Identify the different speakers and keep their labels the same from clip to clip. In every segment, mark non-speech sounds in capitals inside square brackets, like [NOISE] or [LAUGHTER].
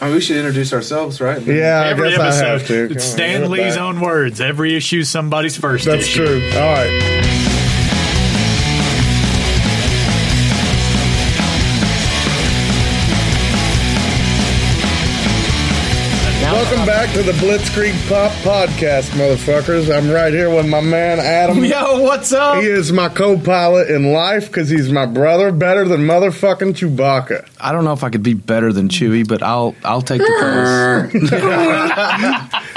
Speaker 1: I mean, we should introduce ourselves, right?
Speaker 2: Yeah, I
Speaker 3: every
Speaker 2: guess I have to.
Speaker 3: episode. It's
Speaker 2: Come on,
Speaker 3: Stan
Speaker 2: look
Speaker 3: Lee's
Speaker 2: back.
Speaker 3: own words. Every issue, somebody's first.
Speaker 2: That's
Speaker 3: issue.
Speaker 2: true. All right. Welcome back to the Blitzkrieg Pop Podcast, motherfuckers. I'm right here with my man
Speaker 3: [LAUGHS]
Speaker 2: Adam.
Speaker 3: Yo, what's up?
Speaker 2: He is my co-pilot in life because he's my brother, better than motherfucking
Speaker 3: [LAUGHS]
Speaker 2: Chewbacca.
Speaker 4: I don't know if I could be better than Chewy, but I'll I'll take the
Speaker 3: [LAUGHS]
Speaker 4: curse.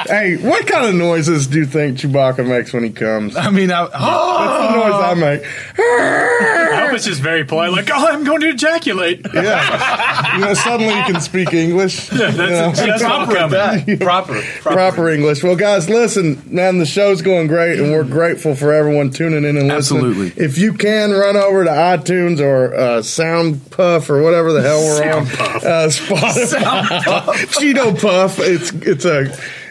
Speaker 2: Hey, what kind of noises do you think Chewbacca makes when he comes? That's
Speaker 4: I mean, I,
Speaker 2: the
Speaker 3: Uh,
Speaker 2: noise I make.
Speaker 3: I hope it's just very polite. Like, oh, I'm going to ejaculate.
Speaker 2: [LAUGHS] Yeah, [LAUGHS] you know, suddenly you can speak English.
Speaker 3: [GASPS] That's just upcoming.
Speaker 4: proper,
Speaker 2: proper English. Well, guys, listen, man, the show's going great, and we're grateful for everyone tuning in and listening.
Speaker 4: Absolutely.
Speaker 2: If you can, run over to iTunes or uh, SoundPuff or whatever the hell we're on. Uh, Spotify. [LAUGHS] Cheeto Puff. It's, it's a,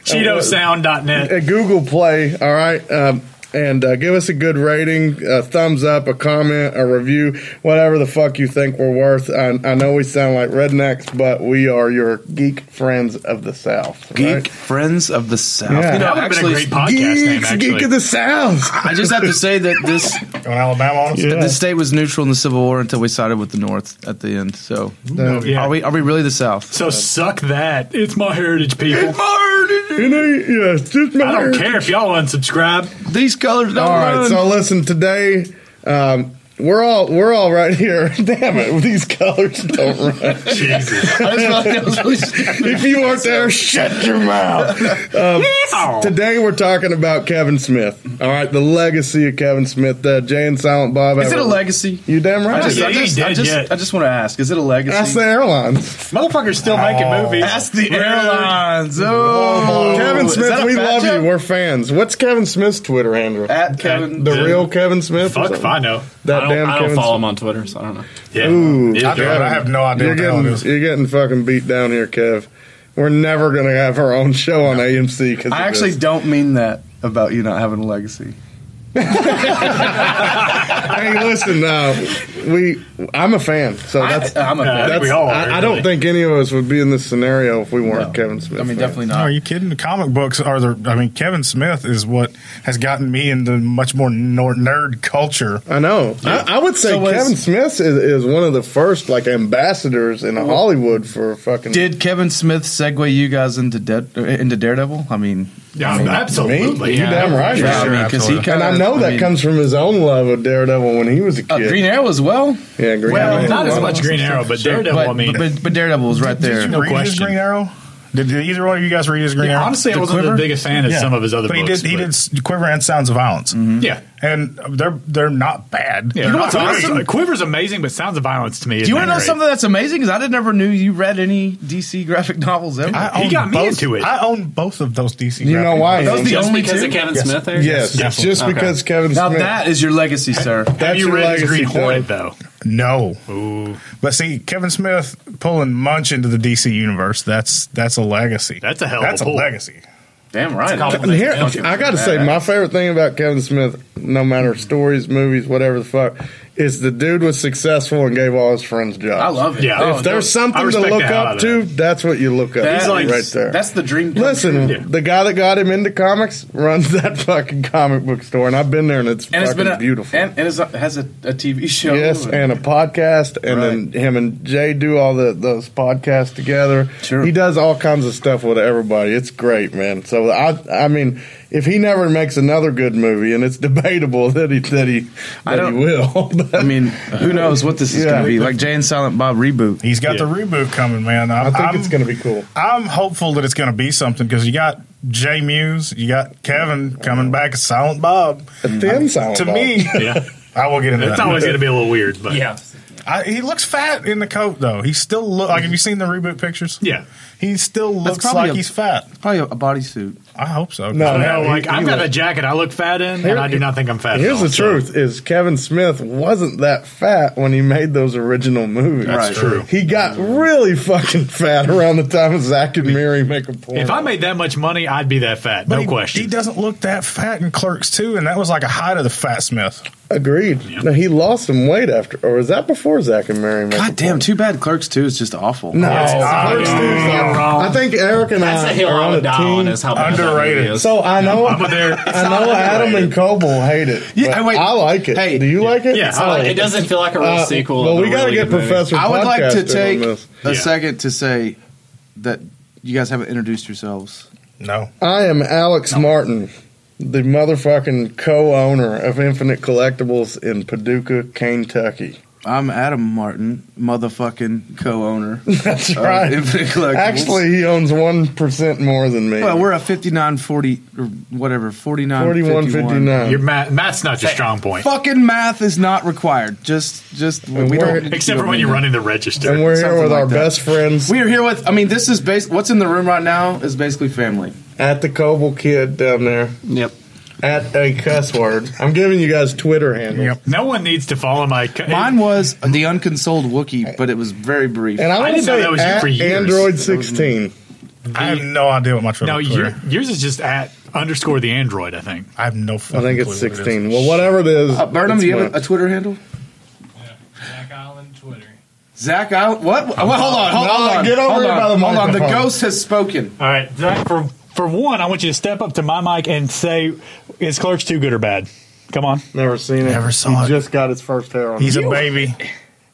Speaker 3: CheetoSound.net.
Speaker 2: a Google Play, all right? Um, and uh, give us a good rating, a thumbs up, a comment, a review, whatever the fuck you think we're worth. I, I know we sound like rednecks, but we are your geek friends of the South.
Speaker 4: Geek
Speaker 2: right?
Speaker 4: friends of the South.
Speaker 2: Yeah.
Speaker 4: You know,
Speaker 3: That would have been a
Speaker 4: actually,
Speaker 3: great podcast name,
Speaker 2: Geeks,
Speaker 3: actually.
Speaker 2: Geek of the South.
Speaker 4: I just have to say that this
Speaker 5: On Alabama,
Speaker 2: Yeah.
Speaker 4: this state was neutral in the Civil War until we sided with the North at the end. So,
Speaker 3: Yeah.
Speaker 4: are we are we really the South?
Speaker 3: so suck that. It's my heritage, people.
Speaker 2: You know, yeah, it's just my
Speaker 3: I don't
Speaker 2: heritage.
Speaker 3: care if y'all unsubscribe.
Speaker 4: These colors don't
Speaker 2: All right,
Speaker 4: run.
Speaker 2: so listen, today um, we're all we're all right here. [LAUGHS] Damn it, these colors don't
Speaker 4: [LAUGHS] [LAUGHS]
Speaker 2: run.
Speaker 4: I just thought that was really-
Speaker 2: [LAUGHS] if you aren't there, shut your mouth.
Speaker 3: Yeehaw.
Speaker 2: Today we're talking about Kevin Smith. All right, the legacy of Kevin Smith. Uh, Jay and Silent Bob.
Speaker 4: is it a
Speaker 2: Everett-
Speaker 4: legacy?
Speaker 2: You damn right.
Speaker 4: I just,
Speaker 2: it
Speaker 4: I
Speaker 2: is.
Speaker 3: he
Speaker 4: just, I
Speaker 3: did
Speaker 4: just,
Speaker 3: yet.
Speaker 4: I just want to ask: Is it a legacy?
Speaker 2: That's the airlines.
Speaker 3: Motherfuckers still making movies.
Speaker 4: That's the
Speaker 3: Weird.
Speaker 4: airlines. Oh,
Speaker 2: Kevin
Speaker 4: Is that
Speaker 2: Smith,
Speaker 4: a
Speaker 2: we
Speaker 4: fat
Speaker 2: love
Speaker 4: joke?
Speaker 2: you. We're fans. What's Kevin Smith's Twitter handle?
Speaker 4: at Kevin.
Speaker 2: the
Speaker 3: Dude.
Speaker 2: real Kevin Smith. or
Speaker 3: Fuck if
Speaker 2: something?
Speaker 3: I know.
Speaker 2: That
Speaker 4: I don't,
Speaker 2: damn
Speaker 4: I don't
Speaker 2: Kevin
Speaker 4: follow
Speaker 2: Smith.
Speaker 4: him on Twitter, so I don't know.
Speaker 3: Yeah.
Speaker 2: Ooh.
Speaker 3: Neither
Speaker 5: I,
Speaker 3: do
Speaker 5: do, I have no idea
Speaker 2: You're
Speaker 5: what the hell it
Speaker 2: getting
Speaker 5: is.
Speaker 2: you're getting fucking beat down here, Kev. We're never gonna have our own show on AMC because
Speaker 4: I actually don't mean that about you not having a legacy.
Speaker 2: Hey, listen, uh, we I'm a fan, so that's.
Speaker 4: I, am a
Speaker 3: Uh,
Speaker 4: fan.
Speaker 3: I think
Speaker 2: that's
Speaker 3: we all are,
Speaker 2: I, I don't
Speaker 3: really.
Speaker 2: think any of us would be in this scenario if we weren't Kevin Smith.
Speaker 4: I mean,
Speaker 2: fans.
Speaker 4: definitely
Speaker 5: No, are
Speaker 4: not.
Speaker 5: you kidding? The comic books are the. I mean, Kevin Smith is what has gotten me into much more nor- nerd culture.
Speaker 2: I know. I, I would say
Speaker 4: So was-
Speaker 2: Kevin Smith is, is one of the first like ambassadors in Hollywood for fucking.
Speaker 4: Did Kevin Smith segue you guys into dead, uh, into Daredevil? I mean,
Speaker 3: Yeah,
Speaker 2: me?
Speaker 3: absolutely.
Speaker 2: You damn right.
Speaker 5: Yeah,
Speaker 4: I
Speaker 5: sure,
Speaker 4: mean, because he
Speaker 5: absolutely.
Speaker 4: kind
Speaker 2: and I know that comes from his own love of Daredevil when he was a kid.
Speaker 4: uh, Green Arrow as well.
Speaker 2: yeah, Green
Speaker 3: Well,
Speaker 2: Arrow.
Speaker 3: not as
Speaker 4: Well,
Speaker 3: much Green Arrow, but Daredevil,
Speaker 4: but,
Speaker 3: I mean.
Speaker 4: but, but Daredevil was right there.
Speaker 3: No
Speaker 5: read his
Speaker 3: question.
Speaker 5: Green Arrow? Did, did either one of you guys read his Green Arrow?
Speaker 3: honestly, I
Speaker 4: The
Speaker 3: wasn't
Speaker 4: Quiver?
Speaker 3: the biggest fan of
Speaker 5: Yeah.
Speaker 3: some of his other
Speaker 5: but
Speaker 3: books.
Speaker 5: he did. He
Speaker 3: but-
Speaker 5: did s- Quiver and Sounds of Violence,
Speaker 3: Yeah.
Speaker 5: and they're they're not bad.
Speaker 3: Yeah,
Speaker 5: They're
Speaker 3: you know
Speaker 5: not
Speaker 3: what's
Speaker 5: great.
Speaker 3: awesome? Quiver's amazing, but Sounds of Violence to me.
Speaker 4: Do you want to know something that's amazing? Because I did- never knew you read any DC graphic novels ever.
Speaker 5: I
Speaker 3: He
Speaker 5: own
Speaker 3: got me
Speaker 5: both-
Speaker 3: into it.
Speaker 5: I own both of those DC.
Speaker 2: You
Speaker 5: graphic
Speaker 2: know why?
Speaker 4: Those
Speaker 2: Hank?
Speaker 4: the
Speaker 6: Just
Speaker 4: only
Speaker 6: because
Speaker 4: two?
Speaker 6: of Kevin Smith there?
Speaker 2: Yes,
Speaker 5: Yes.
Speaker 2: just
Speaker 6: Okay.
Speaker 2: because Kevin
Speaker 4: now
Speaker 2: Smith.
Speaker 4: that is your legacy,
Speaker 2: [LAUGHS]
Speaker 4: sir.
Speaker 3: Have
Speaker 2: that's
Speaker 3: you
Speaker 2: your
Speaker 3: read his
Speaker 2: legacy,
Speaker 3: Green
Speaker 2: though.
Speaker 3: Hornet though?
Speaker 5: No. But see, Kevin Smith pulling Munch into the DC universe, that's that's a legacy.
Speaker 3: That's a hell of
Speaker 5: That's
Speaker 3: a
Speaker 5: a
Speaker 3: pull.
Speaker 5: legacy.
Speaker 4: Damn
Speaker 2: [LAUGHS]
Speaker 4: right.
Speaker 2: And here, I got to say, my favorite thing about Kevin Smith, no matter stories, movies, whatever the fuck, is the dude was successful and gave all his friends jobs.
Speaker 4: I love it.
Speaker 3: Yeah.
Speaker 4: Oh,
Speaker 2: If
Speaker 3: If
Speaker 4: no,
Speaker 2: there's
Speaker 3: I
Speaker 2: something to
Speaker 3: respect
Speaker 2: look
Speaker 3: the hell
Speaker 2: up
Speaker 3: out of
Speaker 2: to, that's what you look up.
Speaker 4: that
Speaker 2: He's like right
Speaker 4: is-
Speaker 2: there.
Speaker 4: That's the dream. come
Speaker 2: Listen,
Speaker 4: true.
Speaker 2: the guy that got him into comics runs [LAUGHS] that fucking comic book store, and I've been there, and it's
Speaker 4: and
Speaker 2: fucking
Speaker 4: it's been a,
Speaker 2: beautiful.
Speaker 4: and, and it's a, has a, a TV show.
Speaker 2: yes, and a podcast, and then him and Jay do all the those podcasts together.
Speaker 4: Sure.
Speaker 2: he does all kinds of stuff with everybody. It's great, man. So I, I mean, if he never makes another good movie, and it's [LAUGHS] debatable that he that he
Speaker 4: I
Speaker 2: that
Speaker 4: don't-
Speaker 2: he will. [LAUGHS] but-
Speaker 4: I mean, who knows what this is
Speaker 2: Yeah.
Speaker 4: going to be? Like Jay and Silent Bob reboot.
Speaker 5: He's got the reboot coming, man. I,
Speaker 2: I think
Speaker 5: am
Speaker 2: it's going to be cool.
Speaker 5: I'm hopeful that it's going to be something because you got Jay Muse, you got Kevin coming back as Silent Bob.
Speaker 2: A thin sound
Speaker 5: to
Speaker 2: ball.
Speaker 5: me,
Speaker 3: Yeah,
Speaker 5: I will get into
Speaker 3: it's
Speaker 5: that.
Speaker 3: always going to be a little weird, but
Speaker 6: Yeah.
Speaker 5: I, he looks fat in the coat, though. He still look like. Have you seen the reboot pictures?
Speaker 3: Yeah.
Speaker 5: He still looks
Speaker 4: probably
Speaker 5: like
Speaker 4: a-
Speaker 5: he's fat.
Speaker 4: Probably a, a bodysuit.
Speaker 5: I hope so.
Speaker 2: No,
Speaker 3: I don't
Speaker 2: no,
Speaker 3: know.
Speaker 2: he-
Speaker 3: Like
Speaker 2: he
Speaker 3: I've got
Speaker 2: was-
Speaker 3: a jacket I look fat in,
Speaker 2: Here-
Speaker 3: and I do not think I'm fat. at
Speaker 2: Here's
Speaker 3: all,
Speaker 2: the
Speaker 3: so-
Speaker 2: truth: is Kevin Smith wasn't that fat when he made those original movies.
Speaker 4: That's Right.
Speaker 5: true.
Speaker 2: He got really fucking fat around the time of Zach and Mary make a porn.
Speaker 3: If I made that much money, I'd be that fat.
Speaker 5: But
Speaker 3: No
Speaker 5: he,
Speaker 3: question.
Speaker 5: He doesn't look that fat in Clerks too, and that was like a height of the Fat Smith.
Speaker 2: Agreed. No, he lost some weight after, or is that before Zach and Mary? Make a
Speaker 4: God damn,
Speaker 2: Porn?
Speaker 4: too bad Clerks 2 is just awful.
Speaker 2: No,
Speaker 4: Yeah.
Speaker 2: Clerks
Speaker 3: yeah.
Speaker 2: two's
Speaker 3: You're
Speaker 2: not- think Eric and
Speaker 6: That's a
Speaker 2: I
Speaker 6: hill
Speaker 2: are
Speaker 6: I
Speaker 2: on
Speaker 6: would die on.
Speaker 2: a team.
Speaker 6: Is how bad that
Speaker 5: Underrated.
Speaker 6: movie is.
Speaker 2: So I know, I know Adam and Coble hate it.
Speaker 7: Yeah,
Speaker 2: but
Speaker 7: wait.
Speaker 2: I like it.
Speaker 7: Hey.
Speaker 2: do you like it?
Speaker 3: Yeah, I
Speaker 2: I
Speaker 6: Like,
Speaker 2: like
Speaker 6: it doesn't feel like a real
Speaker 2: Uh,
Speaker 6: sequel.
Speaker 2: Well,
Speaker 6: of
Speaker 2: we
Speaker 6: a
Speaker 2: got to
Speaker 6: really
Speaker 2: get
Speaker 6: good movie.
Speaker 2: Professor.
Speaker 7: I would like to
Speaker 2: Podcaster
Speaker 7: take
Speaker 2: on this.
Speaker 3: Yeah.
Speaker 4: a second to say that you guys haven't introduced yourselves.
Speaker 5: No.
Speaker 2: I am Alex Martin, the motherfucking co-owner of Infinite Collectibles in Paducah, Kentucky.
Speaker 4: I'm Adam Martin, motherfucking co-owner.
Speaker 2: [LAUGHS] That's
Speaker 4: of
Speaker 2: right.
Speaker 4: Infinite Collectibles.
Speaker 2: Uh, Actually, he owns one percent more than me.
Speaker 4: well, we're a 5940 or whatever, 49 51.
Speaker 2: forty-one
Speaker 3: Your
Speaker 2: fifty-nine.
Speaker 3: math, math's not your strong point,
Speaker 4: Fucking math is not required. Just just
Speaker 2: And
Speaker 4: we
Speaker 2: we're-
Speaker 4: don't
Speaker 3: except for when you're running the register.
Speaker 2: And we're here
Speaker 4: Something
Speaker 2: with
Speaker 4: like
Speaker 2: our
Speaker 4: that.
Speaker 2: best friends
Speaker 4: We are here with I mean this is bas- what's in the room right now is basically family.
Speaker 2: at the Coble Kid down there.
Speaker 6: Yep.
Speaker 2: At a cuss word. I'm giving you guys Twitter handles.
Speaker 5: Yep.
Speaker 3: no one needs to follow my. Co-
Speaker 4: Mine was the unconsoled Wookiee, but it was very brief.
Speaker 2: And I,
Speaker 3: I
Speaker 2: want to
Speaker 3: didn't know
Speaker 2: say
Speaker 3: that was you
Speaker 2: at
Speaker 3: for years.
Speaker 2: Android 16.
Speaker 5: I have no idea what my Twitter
Speaker 3: no, your,
Speaker 5: Twitter.
Speaker 3: yours is just at underscore the android. I think.
Speaker 5: I have no
Speaker 2: I
Speaker 5: fucking
Speaker 2: think it's
Speaker 5: clue what it is.
Speaker 2: 16. well, whatever it is.
Speaker 4: uh, Burnham,
Speaker 2: it's
Speaker 4: do you have
Speaker 2: mine.
Speaker 4: a, a Twitter handle?
Speaker 8: Zach Island Twitter.
Speaker 4: Zach Island? What? Well, hold on, hold
Speaker 2: No,
Speaker 4: on.
Speaker 2: get over
Speaker 4: hold
Speaker 2: here
Speaker 4: on,
Speaker 2: by the
Speaker 4: Hold on, the
Speaker 2: microphone.
Speaker 4: ghost has spoken.
Speaker 3: All right, Zach, for for one, I want you to step up to my mic and say, "Is Clerks too good or bad?" Come on,
Speaker 2: Never seen it.
Speaker 5: Never saw
Speaker 2: he
Speaker 5: it.
Speaker 2: just got his first hair on.
Speaker 5: He's a baby.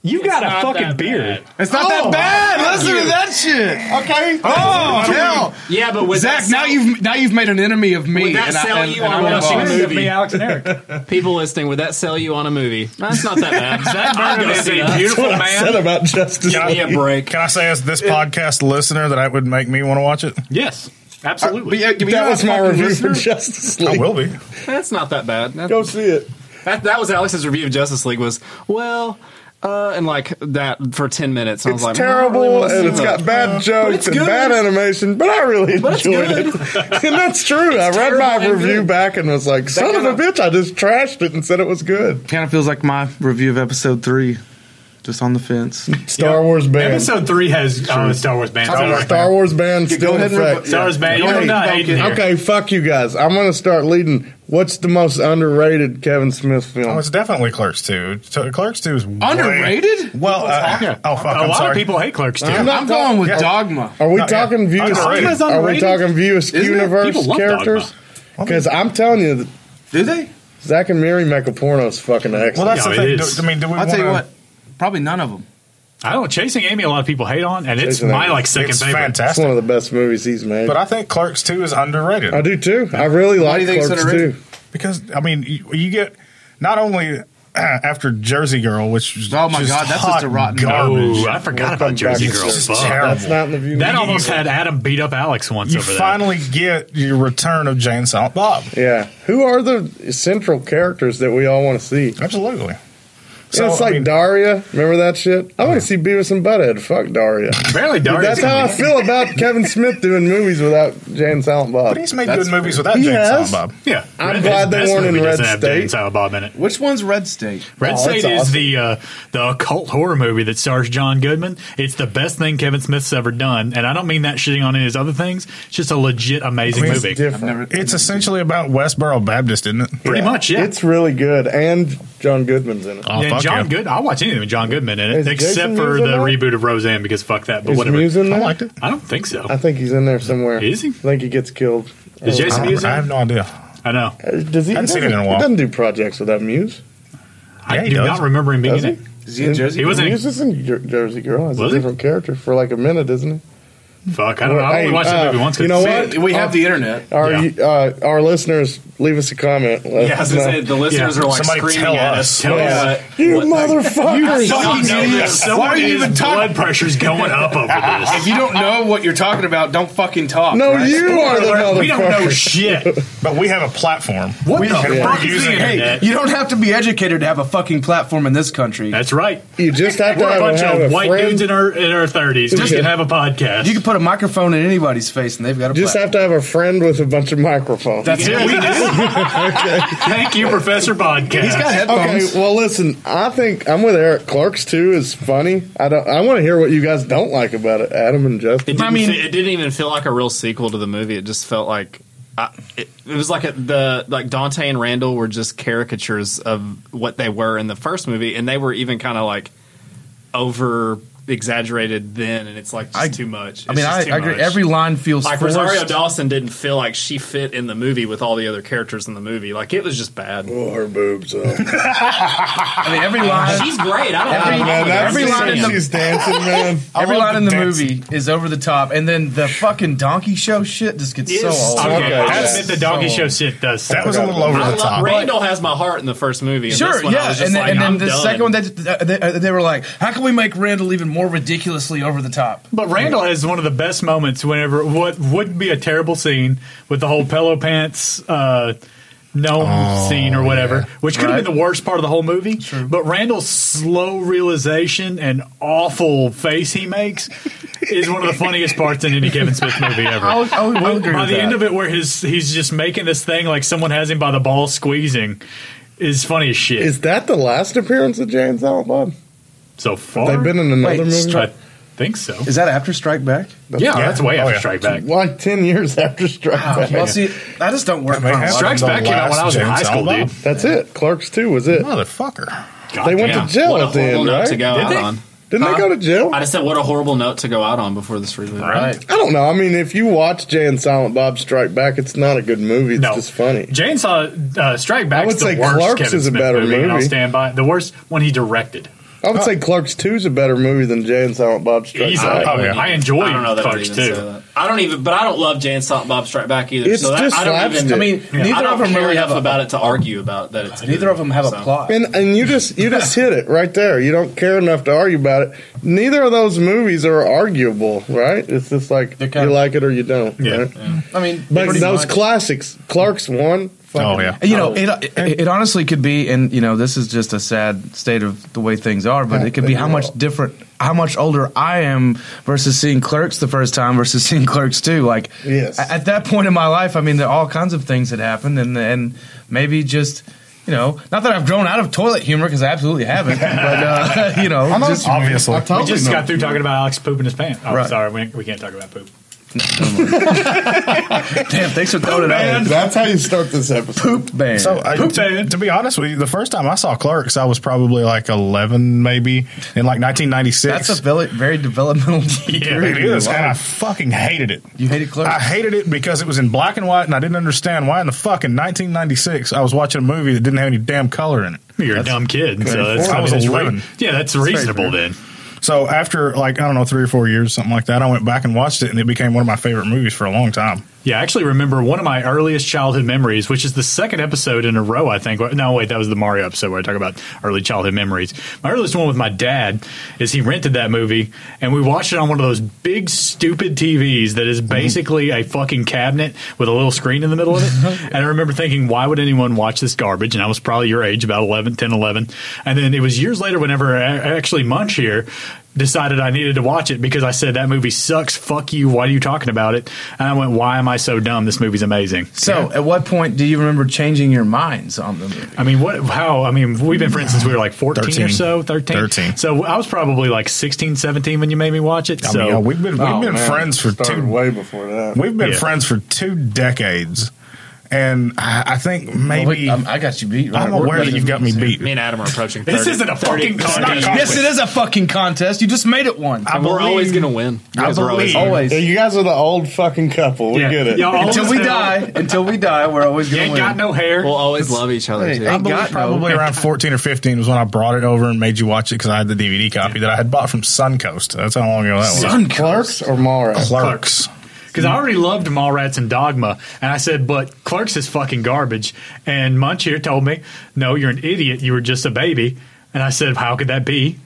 Speaker 3: you got a
Speaker 8: not
Speaker 3: fucking
Speaker 8: that
Speaker 3: beard.
Speaker 4: It's not that bad. Listen to that shit.
Speaker 2: Oh, okay.
Speaker 4: Oh hell,
Speaker 6: Yeah, but with
Speaker 4: Zach!
Speaker 6: that
Speaker 4: Now
Speaker 6: sell-
Speaker 4: you've now you've made an enemy of me.
Speaker 6: Would that
Speaker 4: I-
Speaker 6: sell you on
Speaker 4: I'm
Speaker 6: watching
Speaker 4: involved.
Speaker 6: a movie?
Speaker 3: Me, Alex and
Speaker 8: [LAUGHS]
Speaker 3: Eric.
Speaker 6: people listening, would that sell you on a movie? That's not that bad. Zach Burnham is a
Speaker 2: That's what I said about Justice
Speaker 5: Yeah.
Speaker 6: Give me a
Speaker 2: League.
Speaker 6: break.
Speaker 5: Can I say as this podcast listener that I would make me want to watch it?
Speaker 3: Yes,
Speaker 4: But
Speaker 3: absolutely.
Speaker 4: yeah, you
Speaker 2: That
Speaker 4: know
Speaker 2: was
Speaker 4: I'm
Speaker 2: my
Speaker 4: a fucking
Speaker 2: review
Speaker 4: listener?
Speaker 2: for Justice
Speaker 5: I
Speaker 2: League.
Speaker 5: will be.
Speaker 6: That's not that bad. That,
Speaker 2: Go see it.
Speaker 6: that, that was Alex's review of Justice League was, well, uh, and like that for 10 minutes. I was
Speaker 2: It's
Speaker 6: like,
Speaker 2: terrible,
Speaker 6: "Well, I really wanna
Speaker 2: and
Speaker 6: see
Speaker 2: it's
Speaker 6: that."
Speaker 2: got bad
Speaker 6: it's
Speaker 2: jokes and
Speaker 6: good.
Speaker 2: bad animation, but I really
Speaker 6: But it's
Speaker 2: enjoyed it. [LAUGHS] and that's true. I read
Speaker 6: terrible
Speaker 2: my
Speaker 6: and
Speaker 2: review
Speaker 6: good.
Speaker 2: back and was like, son of a
Speaker 4: kinda-
Speaker 2: bitch, I just trashed it and said it was
Speaker 4: [LAUGHS]
Speaker 2: good.
Speaker 4: Kind of feels like my review of episode three, just on the fence.
Speaker 2: Star Wars band.
Speaker 3: Episode three has uh, Star Wars band.
Speaker 2: Star,
Speaker 3: Star,
Speaker 2: Wars band
Speaker 4: go
Speaker 2: still in
Speaker 4: ahead and
Speaker 2: effect.
Speaker 4: revo-
Speaker 3: Wars band.
Speaker 2: Yeah.
Speaker 3: You're
Speaker 2: Hey,
Speaker 3: not hating here.
Speaker 2: Okay, fuck you guys. I'm gonna start leading. What's the most underrated Kevin Smith film?
Speaker 5: Oh, it's definitely Clerks 2. T- Clerks 2 is way-
Speaker 4: Underrated?
Speaker 5: Well, uh, oh, fuck.
Speaker 3: A
Speaker 5: I'm
Speaker 3: lot
Speaker 5: sorry.
Speaker 3: of people hate Clerks too.
Speaker 2: I'm
Speaker 4: I'm
Speaker 2: not
Speaker 4: going with
Speaker 5: Yeah.
Speaker 4: Dogma.
Speaker 2: Are we
Speaker 5: Not yet.
Speaker 2: talking view?
Speaker 5: Underrated.
Speaker 2: Are we
Speaker 3: Underrated?
Speaker 2: talking view
Speaker 4: it?
Speaker 2: universe
Speaker 3: People love
Speaker 2: characters? Because I'm telling you,
Speaker 4: Do they?
Speaker 2: Zach and Miri make a porno's fucking
Speaker 5: Well,
Speaker 2: excellent.
Speaker 5: that's
Speaker 3: No,
Speaker 5: the
Speaker 3: it
Speaker 5: thing.
Speaker 3: is.
Speaker 5: Do, I mean, do we
Speaker 4: I'll
Speaker 5: want
Speaker 4: tell
Speaker 5: to?
Speaker 4: you what. Probably none of them.
Speaker 3: I don't. Chasing Amy, a lot of people hate on, and it's
Speaker 2: Chasing
Speaker 3: my
Speaker 2: Amy.
Speaker 3: like second
Speaker 5: It's
Speaker 3: favorite.
Speaker 2: It's
Speaker 5: fantastic.
Speaker 2: one of the best movies he's made.
Speaker 5: But I think Clerks 2 is underrated.
Speaker 2: I do too. I really
Speaker 4: do
Speaker 2: like
Speaker 4: you think it's
Speaker 2: Clerks too.
Speaker 4: underrated?
Speaker 5: because I mean, you, you get not only [CLEARS THROAT] after Jersey Girl, which is
Speaker 4: Oh my
Speaker 5: just
Speaker 4: God, that's
Speaker 5: hot
Speaker 4: just a rotten-
Speaker 5: garbage.
Speaker 3: No, I forgot about
Speaker 2: Welcome back
Speaker 3: Jersey
Speaker 2: to
Speaker 3: Girl.
Speaker 5: Jersey
Speaker 3: Fuck.
Speaker 5: Terrible.
Speaker 2: That's not in the view.
Speaker 3: That almost had Adam beat up Alex once
Speaker 5: You
Speaker 3: over there.
Speaker 5: finally get your return of Jane Silent Bob.
Speaker 2: yeah. Who are the central characters that we all want to see?
Speaker 5: Absolutely.
Speaker 2: Yeah, it's
Speaker 5: I
Speaker 2: like
Speaker 5: mean,
Speaker 2: Daria. Remember that shit? I want to see Beavis and Butthead. Fuck Daria.
Speaker 3: barely dark.
Speaker 2: That's how I feel about Kevin Smith doing movies without Jane Silent Bob.
Speaker 5: but he's made
Speaker 4: That's
Speaker 5: good movies without
Speaker 2: He
Speaker 5: Jane
Speaker 2: has.
Speaker 5: Silent Bob.
Speaker 3: Yeah,
Speaker 2: I'm
Speaker 3: Red-
Speaker 2: glad
Speaker 3: his
Speaker 2: they
Speaker 3: best
Speaker 2: weren't in
Speaker 3: movie
Speaker 2: Red
Speaker 3: doesn't have
Speaker 2: State.
Speaker 3: Jane Silent Bob in it.
Speaker 4: Which one's Red State?
Speaker 3: Red
Speaker 2: Oh,
Speaker 3: State
Speaker 2: that's
Speaker 3: is
Speaker 2: awesome.
Speaker 3: the uh, the occult horror movie that stars John Goodman. It's the best thing Kevin Smith's ever done, and I don't mean that shitting on any of his other things. It's just a legit amazing
Speaker 5: I mean, it's
Speaker 3: movie.
Speaker 2: Different.
Speaker 5: It's essentially about Westboro Baptist, isn't it?
Speaker 3: Pretty much, yeah.
Speaker 2: It's really good, and John Goodman's in it.
Speaker 5: Oh,
Speaker 3: and
Speaker 5: fuck
Speaker 3: John
Speaker 5: yeah.
Speaker 3: Good, I'll watch anything with John Goodman in it,
Speaker 2: Is
Speaker 3: except
Speaker 2: Jason
Speaker 3: for
Speaker 2: Mewes in
Speaker 3: the
Speaker 2: that?
Speaker 3: reboot of Roseanne because fuck that. But
Speaker 2: Is
Speaker 3: Oh, whatever,
Speaker 2: Mewes in
Speaker 5: I
Speaker 2: there?
Speaker 5: liked it.
Speaker 3: I don't think so.
Speaker 2: I think he's in there somewhere.
Speaker 3: Is he?
Speaker 2: I think he gets killed.
Speaker 3: Is
Speaker 5: I,
Speaker 3: Jason
Speaker 5: don't-
Speaker 3: Mewes? in
Speaker 5: I
Speaker 3: it?
Speaker 5: have no idea.
Speaker 3: I know.
Speaker 2: Uh, Does he?
Speaker 5: I haven't seen it in a
Speaker 2: doesn't-
Speaker 5: while.
Speaker 2: He doesn't do projects without Muse.
Speaker 3: I
Speaker 5: Yeah, he
Speaker 3: do
Speaker 5: does.
Speaker 3: not remember him being
Speaker 2: Does
Speaker 3: in
Speaker 2: he?
Speaker 3: it.
Speaker 4: Is he in Jersey?
Speaker 3: He was in.
Speaker 2: Muse is in Jer- Jersey Girl. He's a
Speaker 3: Was he?
Speaker 2: different character for like a minute, isn't he?
Speaker 3: Fuck, I don't know. I
Speaker 2: Hey,
Speaker 3: only watched that
Speaker 2: uh,
Speaker 3: movie once.
Speaker 2: you know what?
Speaker 4: See, we have the internet.
Speaker 2: Our
Speaker 3: Yeah.
Speaker 2: uh, our listeners, leave us a comment. Let
Speaker 6: Yeah, I was
Speaker 2: us
Speaker 6: gonna
Speaker 2: know.
Speaker 6: say the listeners
Speaker 3: Yeah.
Speaker 6: are like
Speaker 5: Somebody
Speaker 6: screaming
Speaker 5: tell
Speaker 6: at
Speaker 5: us.
Speaker 6: us. Tell
Speaker 2: Yeah.
Speaker 6: us
Speaker 2: you
Speaker 6: what- what-
Speaker 2: motherfuckers!
Speaker 4: Fucking idiots. Why are you even
Speaker 3: Blood
Speaker 4: talking?
Speaker 3: pressure's going up over this.
Speaker 4: If you don't know what you're talking about, don't fucking talk.
Speaker 2: no,
Speaker 4: right?
Speaker 2: you are the motherfucker.
Speaker 3: We don't know shit.
Speaker 5: But we have a platform.
Speaker 3: What
Speaker 4: We-
Speaker 3: the
Speaker 5: Yeah.
Speaker 3: fuck is the
Speaker 5: Using-
Speaker 3: internet?
Speaker 4: Hey, you don't have to be educated to have a fucking platform in this country.
Speaker 3: That's right.
Speaker 2: You just have to
Speaker 3: We're a
Speaker 2: have,
Speaker 3: bunch
Speaker 2: have
Speaker 3: of
Speaker 2: a
Speaker 3: white
Speaker 2: friend.
Speaker 3: dudes in our in our thirties. We can have a podcast.
Speaker 4: You can put a microphone in anybody's face and they've got a
Speaker 2: just
Speaker 4: platform.
Speaker 2: have to have a friend with a bunch of microphones.
Speaker 3: Yeah, we do. Thank you, Professor Podcast.
Speaker 4: He's got
Speaker 2: Okay,
Speaker 4: headphones.
Speaker 2: well, listen. I think I'm with Eric. Clerks too is funny. I don't. I want to hear what you guys don't like about it. Adam and
Speaker 6: It [LAUGHS]
Speaker 2: Justin.
Speaker 6: didn't
Speaker 4: I mean-
Speaker 6: fe- it didn't even feel like a real sequel to the movie. It just felt like I, it, it was like a, the like Dante and Randall were just caricatures of what they were in the first movie, and they were even kind of like over exaggerated then, and it's like just
Speaker 4: I-
Speaker 6: too much.
Speaker 4: I mean,
Speaker 6: It's just
Speaker 4: I,
Speaker 6: too
Speaker 4: I agree.
Speaker 6: much.
Speaker 4: Every line feels
Speaker 6: like
Speaker 4: forced.
Speaker 6: Rosario Dawson didn't feel like she fit in the movie with all the other characters in the movie. Like it was just bad.
Speaker 2: Pull her boobs up.
Speaker 4: I mean, every line.
Speaker 6: She's great. I
Speaker 4: Every-
Speaker 6: don't have a
Speaker 5: Oh
Speaker 2: man,
Speaker 6: problem with
Speaker 2: that's
Speaker 6: her.
Speaker 4: every
Speaker 2: the
Speaker 4: line
Speaker 2: scene
Speaker 4: in the-
Speaker 2: she's dancing, man.
Speaker 4: [LAUGHS] Every line
Speaker 5: love the
Speaker 4: in the
Speaker 5: dancing.
Speaker 4: movie is over the top, and then the fucking donkey show shit just gets so
Speaker 6: Yes.
Speaker 4: old.
Speaker 3: Okay,
Speaker 2: Okay,
Speaker 3: I'll
Speaker 2: that's-
Speaker 3: admit the donkey show shit does.
Speaker 5: That
Speaker 3: suck.
Speaker 5: was a little over
Speaker 6: I
Speaker 5: the
Speaker 6: love,
Speaker 5: top.
Speaker 6: Randall has my heart in the first movie. And
Speaker 4: Sure,
Speaker 6: this one, I
Speaker 4: yeah,
Speaker 6: was just
Speaker 4: and then,
Speaker 6: like,
Speaker 4: and then
Speaker 6: I'm
Speaker 4: the
Speaker 6: done.
Speaker 4: second one, they, they, they were like, "How can we make Randall even more ridiculously over the top?"
Speaker 3: But Randall has one of the best moments whenever what would be a terrible scene with the whole pillow pants uh gnome scene or whatever, which could have been
Speaker 4: Right.
Speaker 3: the worst part of the whole movie. But Randall's slow realization and awful face he makes is one of the funniest parts in any Kevin Smith movie ever.
Speaker 4: I would- I would- I would agree
Speaker 3: by
Speaker 4: with
Speaker 3: the
Speaker 4: that.
Speaker 3: end of it where his he's just making this thing like someone has him by the ball squeezing is funny as shit.
Speaker 2: Is that the last appearance of James Outlaw?
Speaker 3: so far
Speaker 2: They've been in another
Speaker 4: Wait,
Speaker 2: movie?
Speaker 3: I think so.
Speaker 4: Is that after Strike Back?
Speaker 3: yeah, that's way
Speaker 5: Oh,
Speaker 3: after
Speaker 5: yeah.
Speaker 3: strike back.
Speaker 2: like 10 years [LAUGHS] after Strike
Speaker 6: [LAUGHS]
Speaker 2: Back.
Speaker 4: Oh, Well, see, I just don't work.
Speaker 5: That may happen.
Speaker 4: chronologically.
Speaker 3: Strikes Back came out when I was in high school, dude.
Speaker 2: That's it. Clerks 2 was it.
Speaker 5: Motherfucker.
Speaker 2: They went
Speaker 6: Yeah.
Speaker 2: to jail
Speaker 6: What a
Speaker 2: at the
Speaker 6: horrible
Speaker 2: end,
Speaker 6: note
Speaker 2: right?
Speaker 6: to go
Speaker 2: Did
Speaker 6: out
Speaker 2: they?
Speaker 6: on.
Speaker 2: Didn't they go to jail?
Speaker 6: I just said what a horrible note to go out on before this reboot.
Speaker 4: Right.
Speaker 2: I don't know. I mean, if you watch Jay and Silent Bob Strike Back, it's not a good movie. It's
Speaker 3: no,
Speaker 2: just funny.
Speaker 3: Jane saw uh, Strike Back.
Speaker 2: I would
Speaker 3: the
Speaker 2: say
Speaker 3: worst
Speaker 2: Clerks
Speaker 3: Kevin
Speaker 2: is a
Speaker 3: Smith
Speaker 2: better
Speaker 3: and I'll
Speaker 2: movie.
Speaker 3: stand by it. the worst one he directed.
Speaker 2: I would say Clerks 2 is a better movie than Jay and Silent Bob Strike
Speaker 3: Easily.
Speaker 2: Back.
Speaker 3: Oh, yeah. I enjoyed
Speaker 6: I don't know that I'd
Speaker 3: Clerks
Speaker 6: even
Speaker 3: too.
Speaker 6: say that. I don't even, but I don't love Jane Silent Bob Strike Back either.
Speaker 2: It's
Speaker 6: so that,
Speaker 2: just
Speaker 6: I don't even.
Speaker 2: slapstick.
Speaker 6: I mean,
Speaker 4: mean, neither
Speaker 6: I don't
Speaker 4: of them
Speaker 6: care
Speaker 4: really have
Speaker 6: enough
Speaker 4: a,
Speaker 6: about it to argue about that. It's
Speaker 4: neither
Speaker 6: good,
Speaker 4: of them have
Speaker 6: so.
Speaker 4: a plot.
Speaker 2: And and you just you just hit it right there. You don't care enough to argue about it. Neither of those movies are arguable, right? It's just like
Speaker 4: They're kind
Speaker 2: you
Speaker 4: of-
Speaker 2: like it or you don't.
Speaker 3: Yeah.
Speaker 2: right?
Speaker 4: I mean,
Speaker 2: But
Speaker 4: pretty
Speaker 2: those
Speaker 4: much.
Speaker 2: classics, Clark's one.
Speaker 5: Oh, yeah.
Speaker 4: You know, it, it it honestly could be, and you know, this is just a sad state of the way things are. But it could be how much different, how much older I am versus seeing Clerks the first time versus seeing Clerks two. Like,
Speaker 2: Yes.
Speaker 4: a- at that point in my life, I mean, there are all kinds of things that happened, and and maybe just. You know, not that I've grown out of toilet humor because I absolutely haven't, but uh, [LAUGHS] you know,
Speaker 5: I know,
Speaker 4: just-
Speaker 5: obviously.
Speaker 3: We just got through talking about Alex pooping his pants. Oh,
Speaker 4: Right.
Speaker 3: sorry, we, we can't talk about poop.
Speaker 4: damn, thanks for throwing it out.
Speaker 5: [LAUGHS]
Speaker 2: That's how you start this episode.
Speaker 4: Poop ban.
Speaker 5: So, I,
Speaker 3: Poop
Speaker 5: to,
Speaker 3: fan.
Speaker 5: to be honest with you, the first time I saw Clerks, I was probably like 11, maybe, in like 1996.
Speaker 4: that's a very, very developmental. [LAUGHS] period
Speaker 5: it
Speaker 4: in your
Speaker 5: is,
Speaker 4: life.
Speaker 5: and I fucking hated it.
Speaker 4: You hated Clerks?
Speaker 5: I hated it because it was in black and white, and I didn't understand why in the fuck in 1996 I was watching a movie that didn't have any damn color in it.
Speaker 3: You're a dumb kid. So that's,
Speaker 5: I was
Speaker 3: mean, it's
Speaker 5: 11.
Speaker 3: re- yeah, that's reasonable then.
Speaker 5: So after like I don't know three or four years, something like that, I went back and watched it, and it became one of my favorite movies for a long time.
Speaker 3: Yeah, I actually remember one of my earliest childhood memories, which is the second episode in a row, I think. No, wait, that was the Mario episode where I talk about early childhood memories. My earliest one with my dad is he rented that movie, and we watched it on one of those big, stupid TVs that is basically a fucking cabinet with a little screen in the middle of it. and I remember thinking, why would anyone watch this garbage? And I was probably your age, about 11, 10, 11. And then it was years later whenever a- actually Munch here decided I needed to watch it because I said that movie sucks. Fuck you. Why are you talking about it? And I went, Why am I so dumb? This movie's amazing.
Speaker 4: So, at what point do you remember changing your minds on the movie?
Speaker 3: I mean, what? How? I mean, we've been friends since we were like fourteen or
Speaker 5: 13.
Speaker 3: so, thirteen.
Speaker 5: 13.
Speaker 3: So I was probably like 16, 17 when you made me watch it.
Speaker 5: I
Speaker 3: so
Speaker 5: mean, uh, we've been we've
Speaker 2: Oh,
Speaker 5: been
Speaker 2: man.
Speaker 5: friends for
Speaker 2: Started
Speaker 5: two
Speaker 2: way before that.
Speaker 5: we've been
Speaker 3: Yeah.
Speaker 5: friends for two decades, and I, I think maybe
Speaker 4: Wait,
Speaker 6: um,
Speaker 4: I'm- I got you beat. Right?
Speaker 5: I'm aware that you've got me beat.
Speaker 6: Me and Adam are approaching. 30,
Speaker 3: this isn't a fucking contest.
Speaker 4: Yes, it is a fucking contest. You just made it one.
Speaker 5: I
Speaker 6: We're always
Speaker 5: believe-
Speaker 6: gonna win. You
Speaker 5: I
Speaker 6: guys are always
Speaker 5: believe-
Speaker 4: Always.
Speaker 2: Yeah, you guys are the old fucking couple. We
Speaker 3: Yeah.
Speaker 2: get it.
Speaker 3: Y'all always
Speaker 4: Until we
Speaker 3: know-
Speaker 4: die, until we die, we're always
Speaker 3: You
Speaker 4: going to win.
Speaker 3: ain't got no hair.
Speaker 6: We'll always love each other.
Speaker 4: Hey,
Speaker 6: too.
Speaker 4: I
Speaker 5: I believe
Speaker 4: got no-
Speaker 5: probably around 14 or 15 was when I brought it over and made you watch it because I had the DVD copy that I had bought from Suncoast. That's how long ago that was.
Speaker 4: Sun
Speaker 2: Clerks or Mara?
Speaker 5: Clerks.
Speaker 3: Because I already loved Mallrats and Dogma, and I said, "But Clerks is fucking garbage." And Munch here told me, "No, you're an idiot. You were just a baby." And I said, "How could that be?"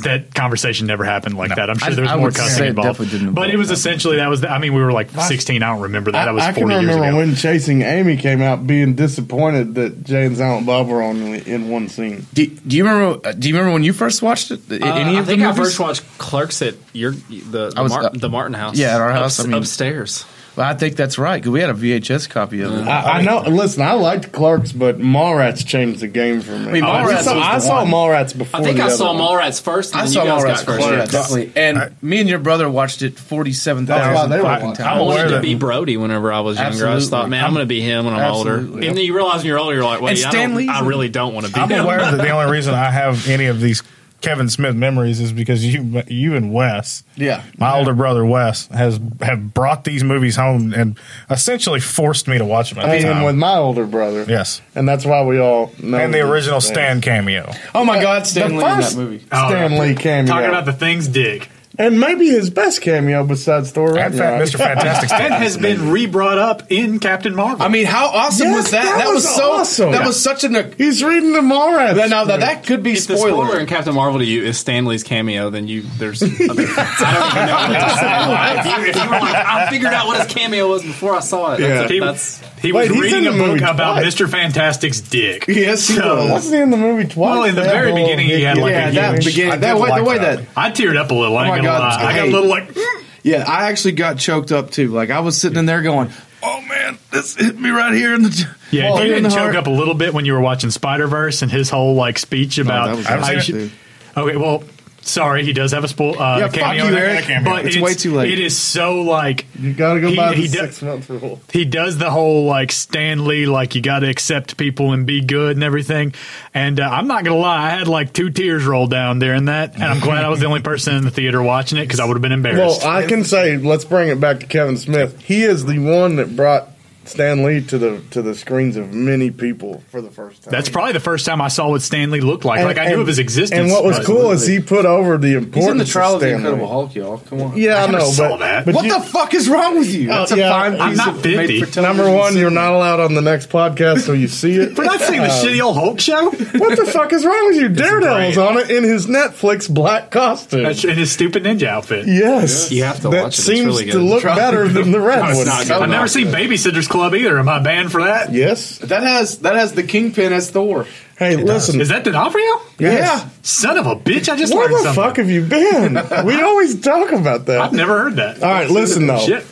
Speaker 3: That conversation never happened like that. I'm sure
Speaker 4: I-
Speaker 3: there was
Speaker 4: I
Speaker 3: more
Speaker 4: would say
Speaker 3: cussing
Speaker 4: it
Speaker 3: involved,
Speaker 4: definitely didn't
Speaker 3: but it
Speaker 4: involve
Speaker 3: was
Speaker 4: that.
Speaker 3: essentially that was. The, I mean, we were like 16. I don't remember that.
Speaker 2: I,
Speaker 3: That was
Speaker 2: I
Speaker 3: 40
Speaker 2: can
Speaker 3: years
Speaker 2: remember
Speaker 3: ago.
Speaker 2: when Chasing Amy came out being disappointed that Jay and Silent Bob were only in one scene.
Speaker 4: Do, do you remember? uh, Do you remember when you first watched it? A-
Speaker 6: Uh,
Speaker 4: Any
Speaker 6: I
Speaker 4: of
Speaker 6: think
Speaker 4: the
Speaker 6: I
Speaker 4: movies?
Speaker 6: first watched Clerks at your the the,
Speaker 4: I was
Speaker 6: Mar-
Speaker 4: up-
Speaker 6: the Martin house.
Speaker 4: Yeah, at our house, I mean-
Speaker 6: upstairs.
Speaker 4: Well, I think that's right because we had a VHS copy of it.
Speaker 2: I, I know. Listen, I liked Clerks, but Mallrats changed the game for me.
Speaker 4: mean,
Speaker 2: I
Speaker 4: Mallrats
Speaker 2: saw,
Speaker 4: was
Speaker 2: I
Speaker 4: the
Speaker 2: saw
Speaker 4: one.
Speaker 2: Mallrats before.
Speaker 6: I think
Speaker 2: the
Speaker 6: I
Speaker 2: other
Speaker 6: saw
Speaker 2: one.
Speaker 6: Mallrats first. And
Speaker 4: I
Speaker 6: then
Speaker 4: saw
Speaker 6: you guys
Speaker 4: all
Speaker 6: got
Speaker 4: Clerks, yeah,
Speaker 6: Clerks.
Speaker 4: definitely. And me and your brother watched it forty-seven
Speaker 2: That's why
Speaker 4: thousand
Speaker 2: they were
Speaker 4: fucking
Speaker 2: watching.
Speaker 6: I
Speaker 5: I'm
Speaker 4: times.
Speaker 5: aware
Speaker 6: wanted to
Speaker 5: that-
Speaker 6: be Brody whenever I was younger. I
Speaker 4: Absolutely.
Speaker 6: just thought, man, I'm,
Speaker 4: I'm-
Speaker 6: going to be him when I'm older.
Speaker 4: Absolutely.
Speaker 6: And then you realize when you're older, you're like, wait,
Speaker 4: And
Speaker 6: I,
Speaker 4: Stan Lee's-
Speaker 6: don't, I really don't want to be
Speaker 5: I'm
Speaker 6: him.
Speaker 5: aware that the only reason I have any of these Kevin Smith memories is because you you and Wes,
Speaker 4: Yeah.
Speaker 5: my older brother Wes, has have brought these movies home and essentially forced me to watch them. At the
Speaker 2: Hanging
Speaker 5: time.
Speaker 2: with my Oh, older brother.
Speaker 5: yes,
Speaker 2: And that's why we all know.
Speaker 5: and the
Speaker 2: these
Speaker 5: original
Speaker 2: things.
Speaker 5: Stan cameo.
Speaker 4: Oh my God,
Speaker 2: The
Speaker 4: Stan Lee in
Speaker 2: first
Speaker 4: that movie.
Speaker 2: Stan Lee cameo.
Speaker 3: Oh, Talking about the things Dick.
Speaker 2: and maybe his best cameo besides Thor
Speaker 5: And
Speaker 2: Ragnarok.
Speaker 5: Fa- Mr. Fantastic
Speaker 3: That
Speaker 5: Stan.
Speaker 3: has been re brought up in Captain Marvel.
Speaker 4: I mean, how awesome
Speaker 2: Yes,
Speaker 4: was that?
Speaker 2: that
Speaker 4: That, was,
Speaker 2: was
Speaker 4: so
Speaker 2: awesome.
Speaker 4: That
Speaker 2: Yeah.
Speaker 4: was such an. Now
Speaker 2: He's reading the Mallrats.
Speaker 4: now that could be
Speaker 6: If the spoiler
Speaker 4: spoiler.
Speaker 6: in Captain Marvel to you is Stanley's cameo, then you [LAUGHS] there's I don't even know what to [LAUGHS] say. Like, if you, if you were like, I figured out what his cameo was before I saw it. That's,
Speaker 3: He,
Speaker 6: that's
Speaker 3: he
Speaker 2: Wait,
Speaker 3: was
Speaker 2: he's in
Speaker 3: reading a
Speaker 2: the
Speaker 3: book
Speaker 2: movie
Speaker 3: about
Speaker 2: twice.
Speaker 3: Mr. Fantastic's dick.
Speaker 4: [LAUGHS] Yes, he was.
Speaker 2: Wasn't he in the movie twice?
Speaker 3: Well, in the
Speaker 2: That
Speaker 3: very
Speaker 2: whole
Speaker 3: beginning, he had,
Speaker 2: Mickey-
Speaker 3: like, a
Speaker 4: Yeah, that
Speaker 3: huge-
Speaker 4: began. That way, the way that.
Speaker 3: I teared up a little. I
Speaker 4: Oh my
Speaker 3: ain't gonna
Speaker 4: God,
Speaker 3: lie. I got a
Speaker 4: hey.
Speaker 3: little like,
Speaker 4: Yeah, I actually got choked up too. Like I was sitting in there going, "Oh man, this hit me right here in the."
Speaker 3: yeah.
Speaker 4: Well,
Speaker 3: you
Speaker 4: in
Speaker 3: didn't
Speaker 4: the
Speaker 3: choke
Speaker 4: heart.
Speaker 3: up a little bit when you were watching Spider Verse and his whole like speech about.
Speaker 4: Oh, that was
Speaker 3: how you
Speaker 5: awesome,
Speaker 3: should-
Speaker 4: dude.
Speaker 3: okay, well, sorry, he does have a spoil. Uh,
Speaker 4: Yeah, fuck
Speaker 3: cameo
Speaker 4: you,
Speaker 3: in there,
Speaker 4: Eric.
Speaker 5: Cameo.
Speaker 3: But
Speaker 4: It's way too late.
Speaker 3: It is so like
Speaker 2: You gotta go
Speaker 3: He-
Speaker 2: by the
Speaker 3: he do-
Speaker 2: six month rule.
Speaker 3: he does the whole like Stan Lee, like you got to accept people and be good and everything. And uh, I'm not gonna lie, I had like two tears roll down during that, and I'm glad I was the only person in the theater watching it because I would have been
Speaker 2: Well,
Speaker 3: embarrassed.
Speaker 2: I can say, let's bring it back to Kevin Smith. He is the one that brought Stan Lee to the to the screens of many people for the first time.
Speaker 3: That's probably the first time I saw what Stan Lee looked like. like I knew
Speaker 2: And-
Speaker 3: of his existence.
Speaker 2: And what was
Speaker 3: but-
Speaker 2: cool is he put over the importance.
Speaker 4: He's in the trial
Speaker 2: of
Speaker 4: of the
Speaker 2: Stan
Speaker 4: Incredible
Speaker 2: Lee.
Speaker 4: Hulk, y'all. Come on.
Speaker 2: Yeah, I
Speaker 3: never
Speaker 2: know,
Speaker 3: saw
Speaker 2: but,
Speaker 3: that.
Speaker 2: but
Speaker 4: what
Speaker 2: you-
Speaker 4: the fuck is wrong with you? That's
Speaker 2: yeah,
Speaker 4: a fine piece
Speaker 3: I'm not
Speaker 4: of
Speaker 3: 50.
Speaker 4: made for television.
Speaker 2: number one, you're not allowed on the next podcast till you see it.
Speaker 3: [LAUGHS]
Speaker 2: Uh,
Speaker 3: We're not seeing
Speaker 2: Um,
Speaker 3: the shitty old Hulk show [LAUGHS]
Speaker 2: what the fuck is wrong with you? Daredevil's
Speaker 3: great.
Speaker 2: on it in his Netflix black costume.
Speaker 3: That's- in his stupid ninja outfit.
Speaker 2: yes,
Speaker 6: You have
Speaker 2: that
Speaker 6: to watch it. It's
Speaker 2: seems
Speaker 6: really
Speaker 2: to
Speaker 6: good.
Speaker 2: look better than
Speaker 3: [LAUGHS]
Speaker 2: the red one.
Speaker 6: not
Speaker 3: I've never seen Babysitter's Club either. Am I banned for that? Is
Speaker 2: Yes.
Speaker 4: That has that has the kingpin as Thor.
Speaker 2: Hey, listen.
Speaker 3: that D'Onofrio?
Speaker 2: Yes.
Speaker 3: Son of a bitch! I just
Speaker 2: Where
Speaker 3: learned
Speaker 2: the
Speaker 3: something.
Speaker 2: fuck have
Speaker 4: [LAUGHS]
Speaker 2: you been? we always talk about that.
Speaker 3: I've never heard that.
Speaker 2: All right, listen though.
Speaker 3: Shit.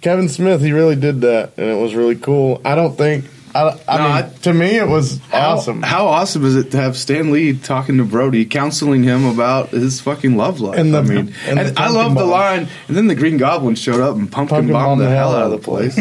Speaker 2: Kevin Smith, he really did that, and it was really cool. I don't think. I, I
Speaker 4: No,
Speaker 2: mean,
Speaker 4: I-
Speaker 2: to me, it was
Speaker 4: How-
Speaker 2: awesome.
Speaker 4: How awesome is it to have Stan Lee talking to Brody, counseling him about his fucking love life?
Speaker 2: And the-
Speaker 4: I mean,
Speaker 2: and
Speaker 4: and,
Speaker 2: the
Speaker 4: I
Speaker 2: pumpkin
Speaker 4: love the
Speaker 2: bomb.
Speaker 4: line. And then the Green Goblin showed up and pumpkin,
Speaker 2: Pumpkin
Speaker 4: bombed
Speaker 2: bomb
Speaker 4: the hell out of the place.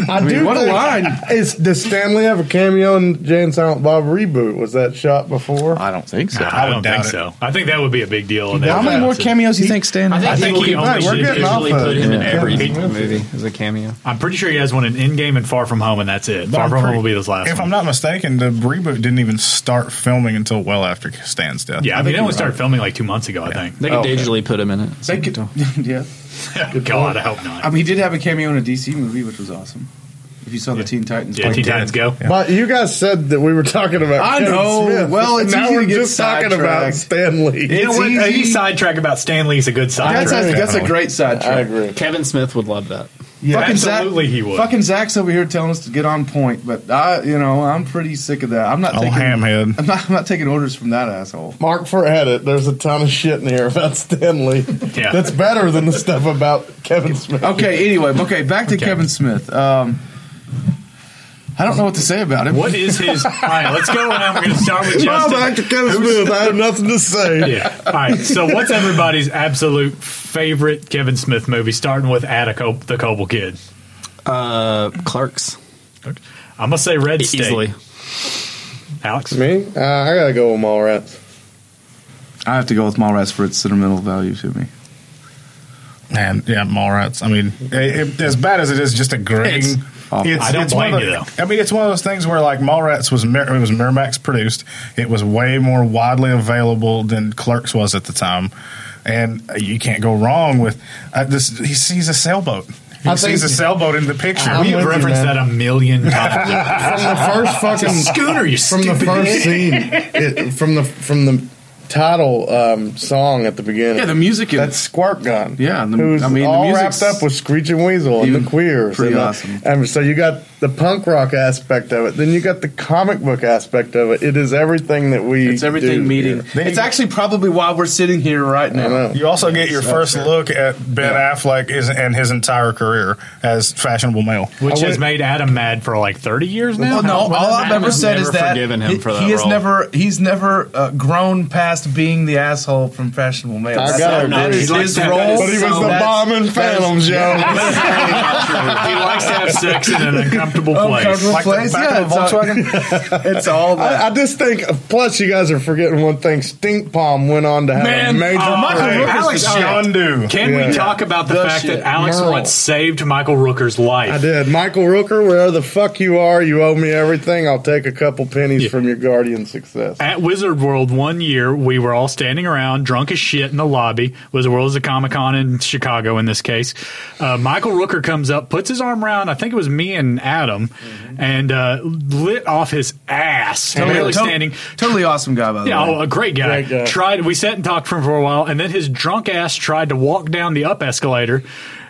Speaker 2: [LAUGHS] I
Speaker 4: mean,
Speaker 2: do.
Speaker 4: what a
Speaker 2: think-
Speaker 4: line.
Speaker 2: Is does Stanley have a cameo in Jay and Silent Bob reboot? Was that shot before?
Speaker 4: I don't think so.
Speaker 3: I, don't
Speaker 5: doubt
Speaker 3: think
Speaker 5: it.
Speaker 3: so. I think that would be a big deal. and
Speaker 2: How
Speaker 3: that
Speaker 2: many
Speaker 3: would-
Speaker 2: more
Speaker 4: cameos you think Stan?
Speaker 6: I think,
Speaker 3: think
Speaker 6: people
Speaker 3: he
Speaker 6: can
Speaker 3: only
Speaker 6: only
Speaker 3: should
Speaker 6: should
Speaker 2: getting
Speaker 6: usually
Speaker 2: off of-
Speaker 6: put him in
Speaker 2: yeah.
Speaker 6: every
Speaker 2: Yeah.
Speaker 6: movie as a cameo.
Speaker 3: I'm pretty sure he has one in Endgame and Far From Home, and that's it.
Speaker 5: But
Speaker 3: Far
Speaker 5: I'm
Speaker 3: From
Speaker 5: pretty-
Speaker 3: Home will be his last.
Speaker 5: If
Speaker 3: one.
Speaker 5: I'm not mistaken, the reboot didn't even start filming until well after Stan's death.
Speaker 3: yeah, I mean,
Speaker 5: think
Speaker 3: they only
Speaker 5: you're
Speaker 3: started filming like two months ago, I think.
Speaker 6: They could digitally put him in it.
Speaker 4: They could, [LAUGHS] yeah.
Speaker 3: God, I hope not.
Speaker 4: I mean, he did have a cameo in a DC movie, which was awesome. If you saw the Teen Titans,
Speaker 3: yeah, Teen
Speaker 4: play-
Speaker 3: Titans Go.
Speaker 2: But you guys said that we were talking about.
Speaker 4: I
Speaker 2: Kevin
Speaker 4: know.
Speaker 2: Smith,
Speaker 4: Well, it's
Speaker 2: and now
Speaker 4: easy
Speaker 2: we're
Speaker 4: to get
Speaker 2: just talking about
Speaker 4: sidetracked.
Speaker 2: Stanley.
Speaker 3: You know
Speaker 4: It's
Speaker 3: what? Any
Speaker 4: easy.
Speaker 3: sidetrack about Stanley's a good
Speaker 4: That's,
Speaker 3: sidetrack.
Speaker 4: a, that's a great side
Speaker 2: I
Speaker 4: track.
Speaker 2: agree.
Speaker 6: Kevin Smith would love that.
Speaker 3: Yeah,
Speaker 4: Zach-
Speaker 3: absolutely, he would.
Speaker 4: Fucking Zach's over here telling us to get on point, but I, you know, I'm pretty sick of that. I'm not
Speaker 5: Oh,
Speaker 4: taking [LAUGHS]
Speaker 5: hamhead.
Speaker 4: I'm not, I'm not taking orders from that asshole.
Speaker 2: Mark for edit. There's a ton of shit in here about Stanley.
Speaker 3: Yeah.
Speaker 2: That's better than the stuff about Kevin Smith.
Speaker 4: Okay. Anyway, okay. Back to Kevin Smith. Um, I don't know what to say about him.
Speaker 3: What is his? All right, let's go, and I'm going to start with
Speaker 2: Well,
Speaker 3: Justin.
Speaker 2: back to Kevin Smith. I
Speaker 4: [LAUGHS]
Speaker 2: have nothing to say.
Speaker 3: Yeah. All right. So, what's everybody's absolute favorite Kevin Smith movie? Starting with Attica, the Cobble Kid.
Speaker 6: Uh, Clerks
Speaker 3: I'm gonna say Red State.
Speaker 6: easily.
Speaker 3: Alex.
Speaker 2: Me? Uh, I gotta go with Mallrats.
Speaker 4: I have to go with Mallrats for its sentimental value to me.
Speaker 5: And yeah, Mallrats. I mean, it, it, as bad as it is, just agreeing.
Speaker 6: It's-
Speaker 3: I don't blame
Speaker 5: one of
Speaker 3: you,
Speaker 5: the- I mean, it's one of those things where like Mallrats was Mir- it was Miramax produced. It was way more widely available than Clerks was at the time, and uh, you can't go wrong with uh, this. He sees a sailboat. He
Speaker 2: I
Speaker 5: sees
Speaker 2: think-
Speaker 5: a sailboat in the picture.
Speaker 2: I'm
Speaker 3: We
Speaker 2: with
Speaker 3: have
Speaker 2: you,
Speaker 3: referenced
Speaker 2: man.
Speaker 3: that a million times.
Speaker 2: From the
Speaker 4: [LAUGHS]
Speaker 2: first fucking
Speaker 3: Scooter, you
Speaker 2: from the
Speaker 3: stupid.
Speaker 2: first scene, it, from the from the title um, song at the beginning.
Speaker 4: Yeah, the music in
Speaker 2: That's Squirt Gun.
Speaker 4: Yeah, the-
Speaker 2: who's
Speaker 4: I mean, the
Speaker 2: all
Speaker 4: music's-
Speaker 2: wrapped up with Screeching Weasel and
Speaker 4: Dude,
Speaker 2: the Queers.
Speaker 4: pretty
Speaker 2: and the-
Speaker 4: awesome.
Speaker 2: and so you got the punk rock aspect of it. Then you got the comic book aspect of it. It is everything that we.
Speaker 4: It's everything
Speaker 2: do
Speaker 4: meeting.
Speaker 2: here.
Speaker 4: It's actually probably why we're sitting here right
Speaker 2: I
Speaker 4: now.
Speaker 2: know.
Speaker 5: You also get your first look at Ben Affleck is, and his entire career as fashionable male.
Speaker 3: which
Speaker 2: I
Speaker 3: has
Speaker 2: would-
Speaker 3: made Adam mad for like 30 years now.
Speaker 9: Well, no,
Speaker 3: How-
Speaker 9: all I've
Speaker 3: Adam
Speaker 9: ever
Speaker 3: has
Speaker 9: said
Speaker 3: never
Speaker 9: is that
Speaker 6: forgiven him
Speaker 9: he,
Speaker 6: for that
Speaker 9: he has
Speaker 6: role.
Speaker 9: never he's never uh, grown past being the asshole from Fashionable Male. That's-
Speaker 2: I gotta
Speaker 9: that
Speaker 2: agree.
Speaker 9: is
Speaker 3: He's
Speaker 9: his
Speaker 3: like that.
Speaker 9: role.
Speaker 2: But he was
Speaker 9: so
Speaker 2: the
Speaker 9: that's-
Speaker 2: bomb in
Speaker 9: that is-
Speaker 2: Phantom, Joe.
Speaker 3: he likes to have sex in
Speaker 4: [LAUGHS]
Speaker 3: an uncomfortable place.
Speaker 5: Like the
Speaker 2: place,
Speaker 5: back
Speaker 2: yeah,
Speaker 5: of a
Speaker 2: it's all-
Speaker 5: Volkswagen.
Speaker 2: It's all that. I, I just think. Plus, you guys are forgetting one thing. Stink Palm went on to have a
Speaker 3: Man,
Speaker 2: major.
Speaker 3: oh, Michael
Speaker 5: Hey,
Speaker 3: Rooker's
Speaker 5: Alex
Speaker 3: the shit.
Speaker 5: Yondu.
Speaker 3: Can
Speaker 2: Yeah.
Speaker 3: we talk about the,
Speaker 10: The
Speaker 3: fact
Speaker 10: shit.
Speaker 3: that Alex
Speaker 2: Merle.
Speaker 3: Rudd saved Michael Rooker's life?
Speaker 2: I did. Michael Rooker, wherever the fuck you are, you owe me everything. I'll take a couple pennies
Speaker 3: Yeah.
Speaker 2: from your Guardian success.
Speaker 3: At Wizard World one year, we were all standing around drunk as shit in the lobby. Wizard World is a Comic Con in Chicago in this case. Uh, Michael Rooker comes up, puts his arm around, I think it was me and Adam, and uh, lit off his ass. Totally
Speaker 4: to-
Speaker 3: standing.
Speaker 4: Totally awesome guy, by the
Speaker 3: Yeah,
Speaker 4: way.
Speaker 3: oh, a great guy.
Speaker 2: Great guy.
Speaker 3: Tried. We sat and talked for him for a while, and then his drunk ass tried to walk down the up escalator.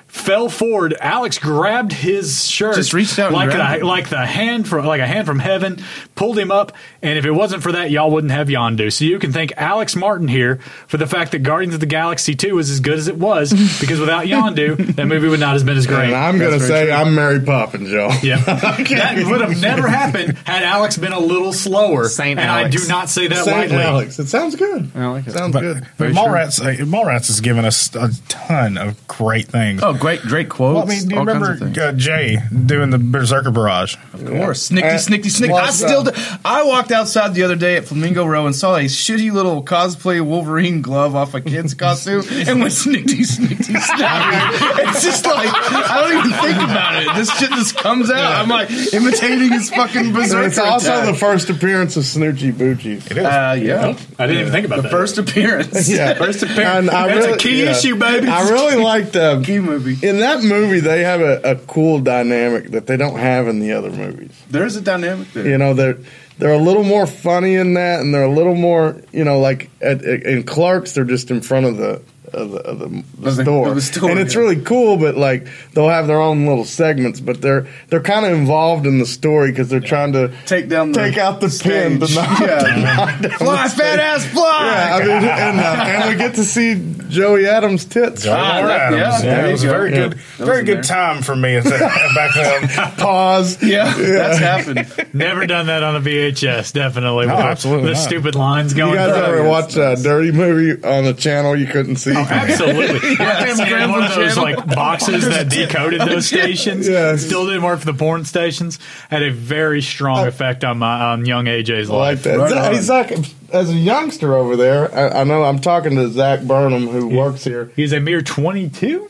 Speaker 3: Fell forward. Alex grabbed his shirt,
Speaker 4: Just reached out and
Speaker 3: like
Speaker 4: grabbed
Speaker 3: a,
Speaker 4: it.
Speaker 3: like the hand from like a hand from heaven, pulled him up. And if it wasn't for that, y'all wouldn't have Yondu. So you can thank Alex Martin here for the fact that Guardians of the Galaxy Two was as good as it
Speaker 4: [LAUGHS]
Speaker 3: was because without Yondu, that movie would not have been as great.
Speaker 2: and I'm gonna
Speaker 3: That's
Speaker 2: say
Speaker 3: very true.
Speaker 2: I'm Mary Poppins, y'all. [LAUGHS]
Speaker 3: Yeah,
Speaker 4: [LAUGHS]
Speaker 3: that would have never happened had Alex been a little slower.
Speaker 6: Saint
Speaker 3: and
Speaker 6: Alex.
Speaker 3: I do not say that
Speaker 2: Saint
Speaker 3: lightly.
Speaker 2: Alex. It sounds good.
Speaker 6: I like it.
Speaker 2: Sounds
Speaker 5: But,
Speaker 2: good.
Speaker 5: but Mallrats, uh, Mallrats has given us a ton of great things.
Speaker 4: Oh, great, great quotes.
Speaker 5: Well, I mean, do you
Speaker 4: all kinds of
Speaker 5: remember
Speaker 4: things.
Speaker 5: uh, Jay doing the Berserker Barrage?
Speaker 4: Of course. Snickety,
Speaker 2: Uh,
Speaker 4: snickety, snickety. I
Speaker 2: what's
Speaker 4: still.
Speaker 2: up?
Speaker 4: Do, I walked outside the other day at Flamingo Row and saw a shitty little cosplay Wolverine glove off a
Speaker 2: [LAUGHS]
Speaker 4: kid's costume and went snickety, snickety, snickety. it's just like I don't even think about it. This shit just comes out. I'm like imitating his fucking
Speaker 2: And
Speaker 4: berserker.
Speaker 2: it's also
Speaker 4: attack.
Speaker 2: the first appearance of Snoochie Boochie.
Speaker 5: It is.
Speaker 4: Uh, yeah.
Speaker 3: I didn't even think about
Speaker 4: The
Speaker 3: that.
Speaker 4: first appearance.
Speaker 2: [LAUGHS]
Speaker 4: [LAUGHS]
Speaker 2: Yeah,
Speaker 4: First
Speaker 2: And
Speaker 4: appearance.
Speaker 2: I
Speaker 3: That's a
Speaker 2: really-
Speaker 3: key
Speaker 2: yeah.
Speaker 3: issue, baby.
Speaker 2: I really liked uh,
Speaker 4: Key movie.
Speaker 2: in that movie. They have a, a cool dynamic that they don't have in the other movies.
Speaker 4: There's a dynamic there.
Speaker 2: You know, they're they're a little more funny in that, and they're a little more, you know, like at, at, in Clark's, they're just in front of the of the, of the, the
Speaker 4: Of the-
Speaker 2: store,
Speaker 4: of the store,
Speaker 2: and it's
Speaker 4: yeah.
Speaker 2: really cool. But like, they'll have their own little segments, but they're they're kind of involved in the story because they're trying to
Speaker 4: Take down the
Speaker 2: take out the pin,
Speaker 4: stage.
Speaker 2: to knock- [LAUGHS]
Speaker 4: Yeah.
Speaker 2: knock down
Speaker 4: Fly,
Speaker 2: the stage.
Speaker 4: fat ass, fly.
Speaker 2: Yeah, I mean, and, uh, and we get to see Joey Adams' tits.
Speaker 10: Ah,
Speaker 5: All right,
Speaker 4: that- Ah, yeah,
Speaker 5: Adams.
Speaker 4: there
Speaker 5: it
Speaker 4: you
Speaker 5: was a
Speaker 4: go.
Speaker 5: very good, very good time for me at the, back then.
Speaker 2: Pause.
Speaker 4: Yeah,
Speaker 2: [LAUGHS]
Speaker 4: that's happened.
Speaker 3: Never done that on a VHS, definitely.
Speaker 5: No,
Speaker 3: With the-
Speaker 5: absolutely
Speaker 3: The
Speaker 5: not.
Speaker 3: stupid lines going.
Speaker 2: You guys
Speaker 3: through.
Speaker 2: ever watch a dirty movie on the channel you couldn't see?
Speaker 3: Absolutely. I think we had one of those like boxes that decoded those stations.
Speaker 2: [LAUGHS] Yes.
Speaker 3: Still didn't work for the porn stations. Had a very strong effect on my on young AJ's
Speaker 2: Oh. I [LAUGHS] like
Speaker 3: life.
Speaker 2: that.
Speaker 4: Right
Speaker 2: Zach-
Speaker 4: on.
Speaker 2: hey, Zach, as a youngster over there, I, I know I'm talking to Zach Burnham who works here.
Speaker 3: He's a mere twenty two,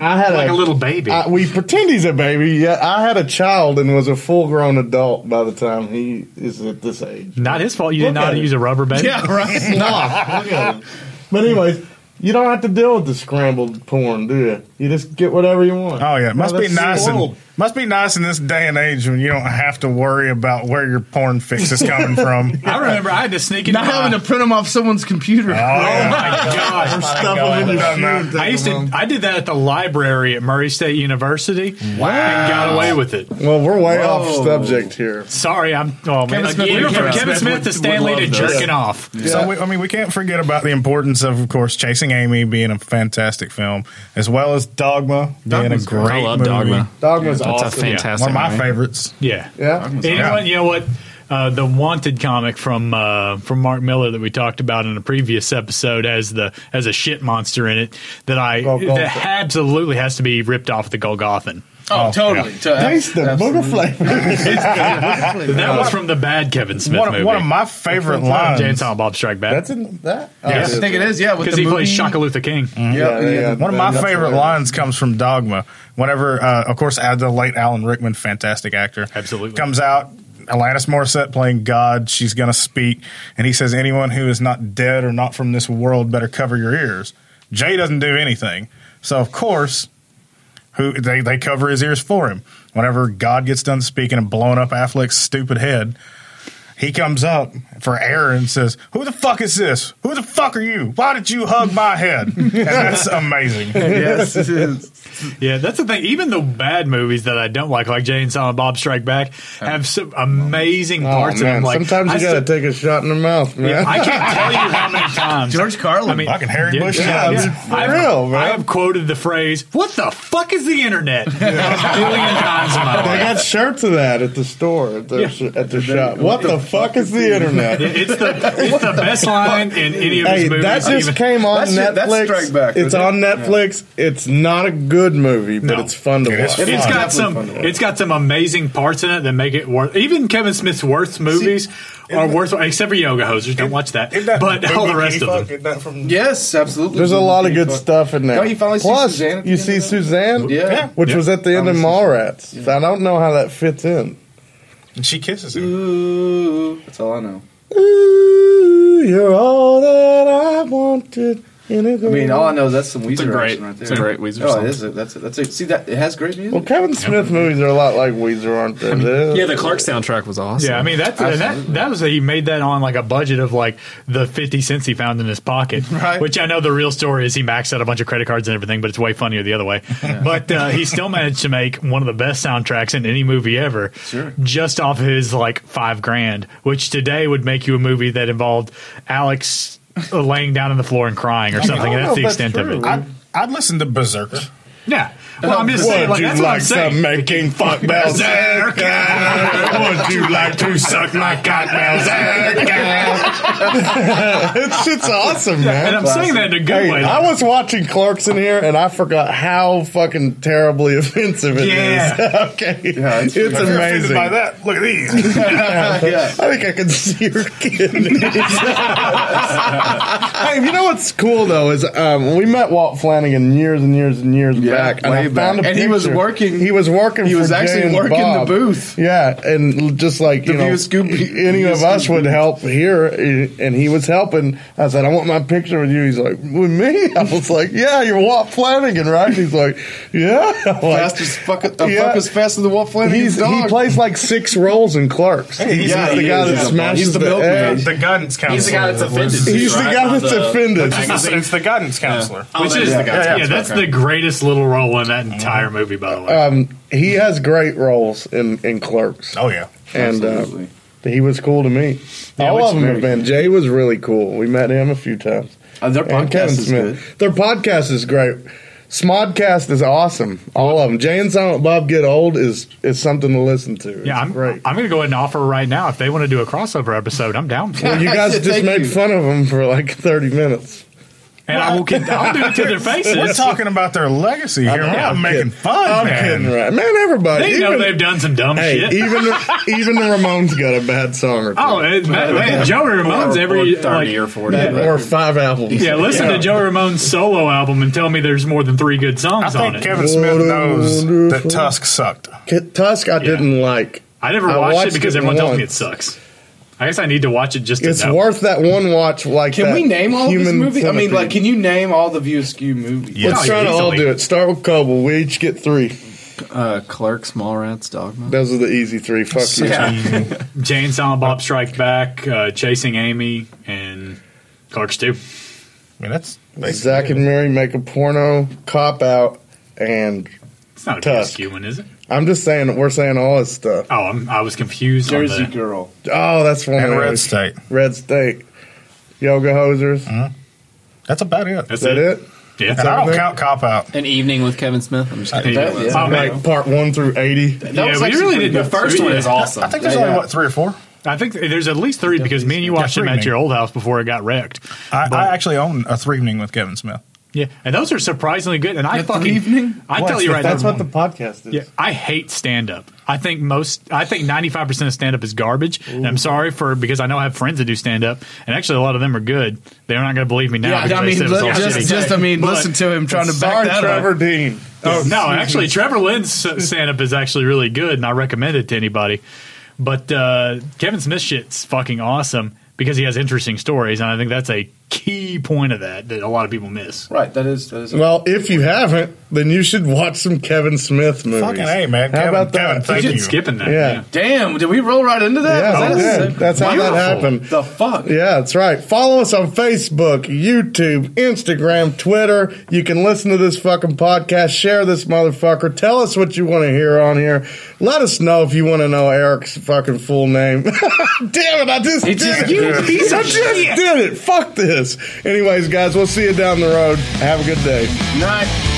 Speaker 2: I had
Speaker 3: like a little baby.
Speaker 2: I, we pretend he's a baby. Yeah, I had a child and was a full grown adult by the time he is at this age.
Speaker 3: not his fault. You didn't know how
Speaker 2: at
Speaker 3: to
Speaker 2: it.
Speaker 3: use a rubber
Speaker 4: [LAUGHS]
Speaker 3: band.
Speaker 4: Yeah, right.
Speaker 2: No,
Speaker 4: [LAUGHS]
Speaker 2: look at him. but anyways. You don't have to deal with the scrambled porn, do you? You just get whatever you want.
Speaker 5: [LAUGHS] Oh yeah, it must
Speaker 2: Now,
Speaker 5: be
Speaker 2: that's the
Speaker 5: nice.
Speaker 2: world.
Speaker 5: In, must be nice in this day and age when you don't have to worry about where your porn fix is coming [LAUGHS] from.
Speaker 3: I remember I had to sneak into
Speaker 4: Not
Speaker 3: my-
Speaker 4: having to print them off someone's computer.
Speaker 5: Oh,
Speaker 2: [LAUGHS]
Speaker 5: yeah.
Speaker 3: my God.
Speaker 2: Stuff
Speaker 5: oh,
Speaker 2: 'em in your
Speaker 5: Done that.
Speaker 2: shoe and take
Speaker 3: I used
Speaker 2: 'em
Speaker 4: [LAUGHS]
Speaker 3: to.
Speaker 2: home.
Speaker 3: I did that at the library at Murray State University. Wow! And got away with it.
Speaker 2: Well, we're way off subject here.
Speaker 3: Sorry, I'm. Oh man,
Speaker 4: Kevin Smith
Speaker 3: Again,
Speaker 4: would-
Speaker 3: from
Speaker 4: Kevin
Speaker 3: Kevin
Speaker 4: Smith
Speaker 3: Smith
Speaker 4: would-
Speaker 3: to
Speaker 4: would
Speaker 3: Stanley
Speaker 4: love
Speaker 3: to
Speaker 4: this.
Speaker 3: jerking off.
Speaker 5: So we, I mean, we can't forget about the importance of, of course, Chasing Amy being a fantastic film, as well as Dogma being a
Speaker 4: Dogma's great.
Speaker 5: great
Speaker 6: I love
Speaker 5: movie.
Speaker 6: Dogma.
Speaker 2: Dogma's
Speaker 6: That's
Speaker 2: awesome.
Speaker 6: a fantastic
Speaker 5: One of my
Speaker 6: movie.
Speaker 5: favorites.
Speaker 3: Yeah.
Speaker 2: Yeah.
Speaker 3: Anyone, you know what? Uh, the wanted comic from uh, from Mark Miller that we talked about in a previous episode has the has a shit monster in it that I
Speaker 2: Golgotha.
Speaker 3: that absolutely has to be ripped off the Golgothan.
Speaker 4: Oh, totally. To-
Speaker 2: Taste the booger
Speaker 5: [LAUGHS]
Speaker 2: flavor.
Speaker 3: That was from the bad Kevin Smith
Speaker 5: One,
Speaker 3: movie.
Speaker 5: of- one of my favorite lines.
Speaker 3: Jay and Silent Bob Strike Back
Speaker 2: That's in that.
Speaker 4: I
Speaker 2: Oh,
Speaker 4: think it is. Yeah, with
Speaker 3: because
Speaker 4: the
Speaker 3: he
Speaker 4: movie.
Speaker 3: plays Shaka Luther King.
Speaker 2: yeah, yeah, yeah.
Speaker 5: One of my
Speaker 2: That's
Speaker 5: favorite
Speaker 2: hilarious.
Speaker 5: lines comes from Dogma. Whenever, uh, of course, uh, the late Alan Rickman, fantastic actor,
Speaker 3: Absolutely.
Speaker 5: comes out. Alanis Morissette playing God. She's going to speak, and he says, "Anyone who is not dead or not from this world better cover your ears." Jay doesn't do anything, so of course, who they they cover his ears for him. Whenever God gets done speaking and blowing up Affleck's stupid head, he comes up for air and says, "Who the fuck is this? Who the fuck are you? Why did you hug my head?" [LAUGHS] And that's amazing.
Speaker 4: yes, it is.
Speaker 3: Yeah, that's the thing. Even the bad movies that I don't like, like Jay and Silent Bob Strike Back, have some amazing
Speaker 2: Oh,
Speaker 3: parts. of
Speaker 2: man.
Speaker 3: them. Like,
Speaker 2: Sometimes you
Speaker 3: I
Speaker 2: got to
Speaker 3: still-
Speaker 2: take a shot in the mouth, man.
Speaker 3: I can't tell you how
Speaker 2: [LAUGHS]
Speaker 3: many times
Speaker 4: George Carlin.
Speaker 3: I mean,
Speaker 5: Fucking Harry Bush jobs.
Speaker 2: For
Speaker 3: I've,
Speaker 2: real, man.
Speaker 3: I have quoted the phrase, "What the fuck is the internet?" [LAUGHS] a billion times in my
Speaker 2: They
Speaker 3: life.
Speaker 2: got shirts of that at the store, at their, sh- at their shop. What the fuck is the
Speaker 5: [LAUGHS]
Speaker 2: internet?
Speaker 3: It- It's the it's the best line in any of his
Speaker 2: Hey,
Speaker 3: movies.
Speaker 2: that just
Speaker 3: even-
Speaker 2: came on
Speaker 4: That's it. That's
Speaker 2: Netflix.
Speaker 4: Strike Back,
Speaker 2: it's
Speaker 4: isn't it?
Speaker 2: on Netflix. It's not a good good movie, but
Speaker 3: No.
Speaker 2: it's fun to
Speaker 5: It
Speaker 2: watch.
Speaker 5: is fun.
Speaker 3: It's got
Speaker 10: Definitely
Speaker 3: some.
Speaker 10: fun to watch.
Speaker 3: It's got some amazing parts in it that make it worth. Even Kevin Smith's worst movies are worth, except for Yoga Hosers. Don't watch that.
Speaker 5: Isn't that
Speaker 3: But
Speaker 5: from
Speaker 3: all the
Speaker 5: Boogaloo
Speaker 3: rest
Speaker 5: Kitty
Speaker 3: of
Speaker 5: Fuck?
Speaker 3: them.
Speaker 5: Isn't that from-
Speaker 10: Yes, absolutely.
Speaker 2: There's a lot of good
Speaker 10: Fuck.
Speaker 2: stuff in there.
Speaker 10: Don't you finally see
Speaker 2: Plus,
Speaker 10: Suzanne at the
Speaker 2: you
Speaker 10: end
Speaker 2: see
Speaker 10: of that?
Speaker 2: Suzanne,
Speaker 10: Yeah. Yeah.
Speaker 2: which was at the end of
Speaker 10: Finally see
Speaker 2: Mallrats. So I don't know how that fits in.
Speaker 5: And she kisses him.
Speaker 10: Ooh, that's all I know.
Speaker 2: Ooh, you're all that I wanted in a
Speaker 10: I
Speaker 2: girl.
Speaker 10: mean, all I know is that's some Weezer
Speaker 6: a great-
Speaker 10: action right there.
Speaker 6: it's a great Weezer
Speaker 10: Oh,
Speaker 6: song.
Speaker 10: it is. A, that's it. That's it. See that it has great music.
Speaker 2: well, Kevin Smith movies are a lot like Weezer, aren't they? They're-
Speaker 6: Yeah, the Clerk soundtrack was awesome.
Speaker 3: Yeah, I mean that's and that. That was he made that on like a budget of like the fifty cents he found in his pocket.
Speaker 4: Right.
Speaker 3: Which I know the real story is he maxed out a bunch of credit cards and everything, but it's way funnier
Speaker 2: [LAUGHS]
Speaker 3: the other way. But uh, he still managed to make one of the best soundtracks in any movie ever, sure. just off his like five grand, which today would make you a movie that involved Alex uh, laying down on the floor and crying or something.
Speaker 2: I don't
Speaker 3: and
Speaker 2: know if
Speaker 3: that's the
Speaker 2: that's
Speaker 3: extent
Speaker 2: true.
Speaker 3: of it.
Speaker 5: I'd, I'd listen to Berserker.
Speaker 3: Yeah. Well, I'm just saying,
Speaker 2: Would
Speaker 3: like,
Speaker 2: you
Speaker 3: that's what I'm
Speaker 2: like
Speaker 3: saying.
Speaker 2: some making fuck
Speaker 3: [LAUGHS]
Speaker 2: Balzac? Would you like to suck my cock Balzac? [LAUGHS] it's, it's awesome, man.
Speaker 3: And I'm saying that in a good
Speaker 2: Hey,
Speaker 3: way.
Speaker 2: I was watching Clarkson here, and I forgot how fucking terribly [LAUGHS] offensive it is.
Speaker 3: Yeah.
Speaker 2: [LAUGHS] okay,
Speaker 10: it's
Speaker 2: it's,
Speaker 10: pretty-
Speaker 5: If you're offended
Speaker 2: amazing.
Speaker 5: by that, look
Speaker 2: [LAUGHS]
Speaker 5: at these.
Speaker 2: I think I can see your kidneys. [LAUGHS] hey, you know what's cool though is um, we met Walt Flanagan years and years and years
Speaker 10: Yeah,
Speaker 2: back, and
Speaker 10: way
Speaker 2: I found
Speaker 10: back.
Speaker 2: a
Speaker 10: And he was
Speaker 2: picture.
Speaker 10: working-
Speaker 2: He was working.
Speaker 10: he was
Speaker 2: for
Speaker 10: actually
Speaker 2: Jay and
Speaker 10: working the
Speaker 2: Bob.
Speaker 10: booth.
Speaker 2: Yeah, and just like you
Speaker 10: The
Speaker 2: know,
Speaker 10: View Scooby-
Speaker 2: any
Speaker 10: View
Speaker 2: of us
Speaker 10: Scooby.
Speaker 2: would help here, eh, and he was helping. I said, "I want my picture with you." He's like, "With me?" [LAUGHS] I was like, "Yeah, you're Walt Flanagan, right?" He's like, "Yeah." [LAUGHS] I'm like,
Speaker 10: fast as fuck, uh,
Speaker 2: Yeah.
Speaker 10: fuck as fast as the Walt Flanagan's
Speaker 2: He's,
Speaker 10: dog.
Speaker 2: he plays like six roles in Clerks. he's
Speaker 10: yeah,
Speaker 2: the
Speaker 10: he
Speaker 2: guy
Speaker 10: is.
Speaker 2: that
Speaker 10: He's the-
Speaker 2: smashes
Speaker 10: he's the
Speaker 2: the,
Speaker 10: milkman.
Speaker 2: egg.
Speaker 5: the guidance counselor.
Speaker 6: he's the guy that's offended.
Speaker 5: It's,
Speaker 2: He's the
Speaker 6: right?
Speaker 2: guy
Speaker 6: Not
Speaker 2: that's
Speaker 6: the-
Speaker 2: offended.
Speaker 5: the- it's the guidance counselor.
Speaker 6: Oh,
Speaker 3: Which
Speaker 6: that
Speaker 3: is
Speaker 6: the
Speaker 3: yeah, Um,
Speaker 6: guy that's
Speaker 5: yeah,
Speaker 6: offended.
Speaker 3: that's the greatest little role in that entire movie, by the way.
Speaker 2: Um, he has great roles in, in Clerks,
Speaker 5: Oh yeah.
Speaker 2: and uh,
Speaker 10: Absolutely.
Speaker 2: he was cool to me. All
Speaker 10: which
Speaker 2: of them
Speaker 10: is
Speaker 2: have been. Jay was really cool. We met him a few times.
Speaker 10: Uh, their
Speaker 2: And
Speaker 10: podcast
Speaker 2: Kevin
Speaker 10: is good.
Speaker 2: Smith. Their podcast is great. Smodcast is awesome. All of them. Jay and Silent Bob Get Old is is something to listen to. It's
Speaker 3: Yeah, I'm
Speaker 2: great.
Speaker 3: I'm going to go ahead and offer right now if they want to do a crossover episode, I'm down for it.
Speaker 2: you guys just
Speaker 10: Thank
Speaker 2: made
Speaker 10: you.
Speaker 2: fun of them for like thirty minutes.
Speaker 3: And I will. con- I'll do it to their faces.
Speaker 5: We're talking about their legacy here. We're not
Speaker 2: I'm
Speaker 5: making
Speaker 2: kidding.
Speaker 5: fun.
Speaker 2: I'm
Speaker 5: man.
Speaker 2: kidding, right? Man, everybody.
Speaker 3: They know they've done some dumb
Speaker 2: hey,
Speaker 3: shit.
Speaker 2: even even the Ramones got a bad song or two.
Speaker 3: oh, it, man, man, Joey Ramone's
Speaker 6: Or-
Speaker 3: every
Speaker 6: or thirty
Speaker 3: like-
Speaker 6: or forty.
Speaker 2: or five albums.
Speaker 3: Yeah, listen to Joey Ramone's solo album and tell me there's more than three good
Speaker 5: I
Speaker 3: songs on
Speaker 5: think
Speaker 3: it.
Speaker 5: Kevin Smith knows that Tusk sucked.
Speaker 2: K- Tusk, I didn't like.
Speaker 3: I never
Speaker 2: I
Speaker 3: watched,
Speaker 2: watched
Speaker 3: it because
Speaker 2: it
Speaker 3: everyone tells me it
Speaker 2: once.
Speaker 3: sucks. I guess I need to watch it just to
Speaker 2: It's
Speaker 3: know.
Speaker 2: worth that one watch. Like,
Speaker 10: Can
Speaker 2: that
Speaker 10: we name all of these
Speaker 2: human
Speaker 10: movies? I mean, like,
Speaker 2: centipede.
Speaker 10: can you name all the View Askew movies?
Speaker 5: Yeah.
Speaker 2: let's
Speaker 3: Yeah,
Speaker 2: try to all
Speaker 3: easily.
Speaker 2: do it. Start with Coble. We each get three.
Speaker 6: Uh, Clerk, Smallrats, Dogma.
Speaker 2: Those are the easy three. Fuck you.
Speaker 3: Jane Silent Bob Strike Back, uh, Chasing Amy, and Clark's Two.
Speaker 5: I mean, that's
Speaker 2: Zach and Mary make a porno cop out, and
Speaker 3: It's not a
Speaker 2: Tusk.
Speaker 3: Tusk. one, is it?
Speaker 2: I'm just saying we're saying all this stuff.
Speaker 3: Oh, I'm, I was confused. on
Speaker 10: Jersey
Speaker 3: the-
Speaker 10: Girl.
Speaker 2: Oh, that's one.
Speaker 5: and
Speaker 2: of
Speaker 5: Red
Speaker 2: those.
Speaker 5: State.
Speaker 2: Red State. Yoga hosers.
Speaker 5: That's about it.
Speaker 2: Is
Speaker 3: That's
Speaker 2: that it?
Speaker 3: Yeah.
Speaker 5: And I don't
Speaker 2: everything?
Speaker 5: count cop out.
Speaker 6: An evening with Kevin Smith. I'm just kidding.
Speaker 10: That- yeah.
Speaker 3: Oh, man.
Speaker 2: Like part one through eighty.
Speaker 3: yeah,
Speaker 10: was
Speaker 3: we
Speaker 10: actually
Speaker 3: really
Speaker 10: pretty
Speaker 3: did the
Speaker 10: good.
Speaker 3: first one. Is awesome.
Speaker 5: I think there's
Speaker 10: Yeah,
Speaker 5: only
Speaker 10: yeah.
Speaker 5: what three or four.
Speaker 3: I think there's at least three because me and you watched them
Speaker 5: three,
Speaker 3: at
Speaker 5: man.
Speaker 3: your old house before it got wrecked.
Speaker 5: I,
Speaker 3: But-
Speaker 5: I actually own a three evening with Kevin Smith.
Speaker 3: yeah, and those are surprisingly good. And I fucking
Speaker 10: Evening?
Speaker 3: I tell you right
Speaker 2: That's
Speaker 3: now,
Speaker 2: what the podcast is.
Speaker 3: yeah, I hate stand up. I think most, I think ninety five percent of stand up is garbage. And I'm sorry for because I know I have friends that do stand up, and actually a lot of them are good. They're not going to believe me now.
Speaker 4: Yeah,
Speaker 3: because
Speaker 4: I
Speaker 3: they said
Speaker 4: mean,
Speaker 3: it
Speaker 4: look,
Speaker 3: was all shitty.
Speaker 4: just, just I mean,
Speaker 3: But-
Speaker 4: listen to him trying to back
Speaker 2: Sorry,
Speaker 4: that
Speaker 2: Trevor
Speaker 4: up.
Speaker 2: Dean.
Speaker 3: Oh [LAUGHS] no, actually, Trevor Lynn's stand up is actually really good, and I recommend it to anybody. But uh, Kevin Smith shit's fucking awesome because he has interesting stories, and I think that's a key point of that that a lot of people miss.
Speaker 10: Right, that is that is.
Speaker 2: Well, if you haven't, then you should watch some Kevin Smith movies.
Speaker 5: Fucking hey, man.
Speaker 2: How
Speaker 5: Kevin,
Speaker 2: about that?
Speaker 5: Kevin,
Speaker 3: He's
Speaker 5: thank you.
Speaker 3: skipping that.
Speaker 2: Yeah.
Speaker 10: Damn, did we roll right into that?
Speaker 2: Yeah,
Speaker 10: Was
Speaker 2: we
Speaker 10: that
Speaker 2: did.
Speaker 10: sick?
Speaker 2: that's how
Speaker 10: Beautiful.
Speaker 2: that happened.
Speaker 10: The fuck?
Speaker 2: Yeah, that's right. Follow us on Facebook, YouTube, Instagram, Twitter. You can listen to this fucking podcast. Share this motherfucker. Tell us what you want to hear on here. Let us know if you want to know Eric's fucking full name. [LAUGHS] Damn it, I just did
Speaker 10: just-
Speaker 2: it.
Speaker 10: you piece of
Speaker 2: I just did it. Fuck this. Anyways, guys, we'll see you down the road. Have a good day.
Speaker 10: Night.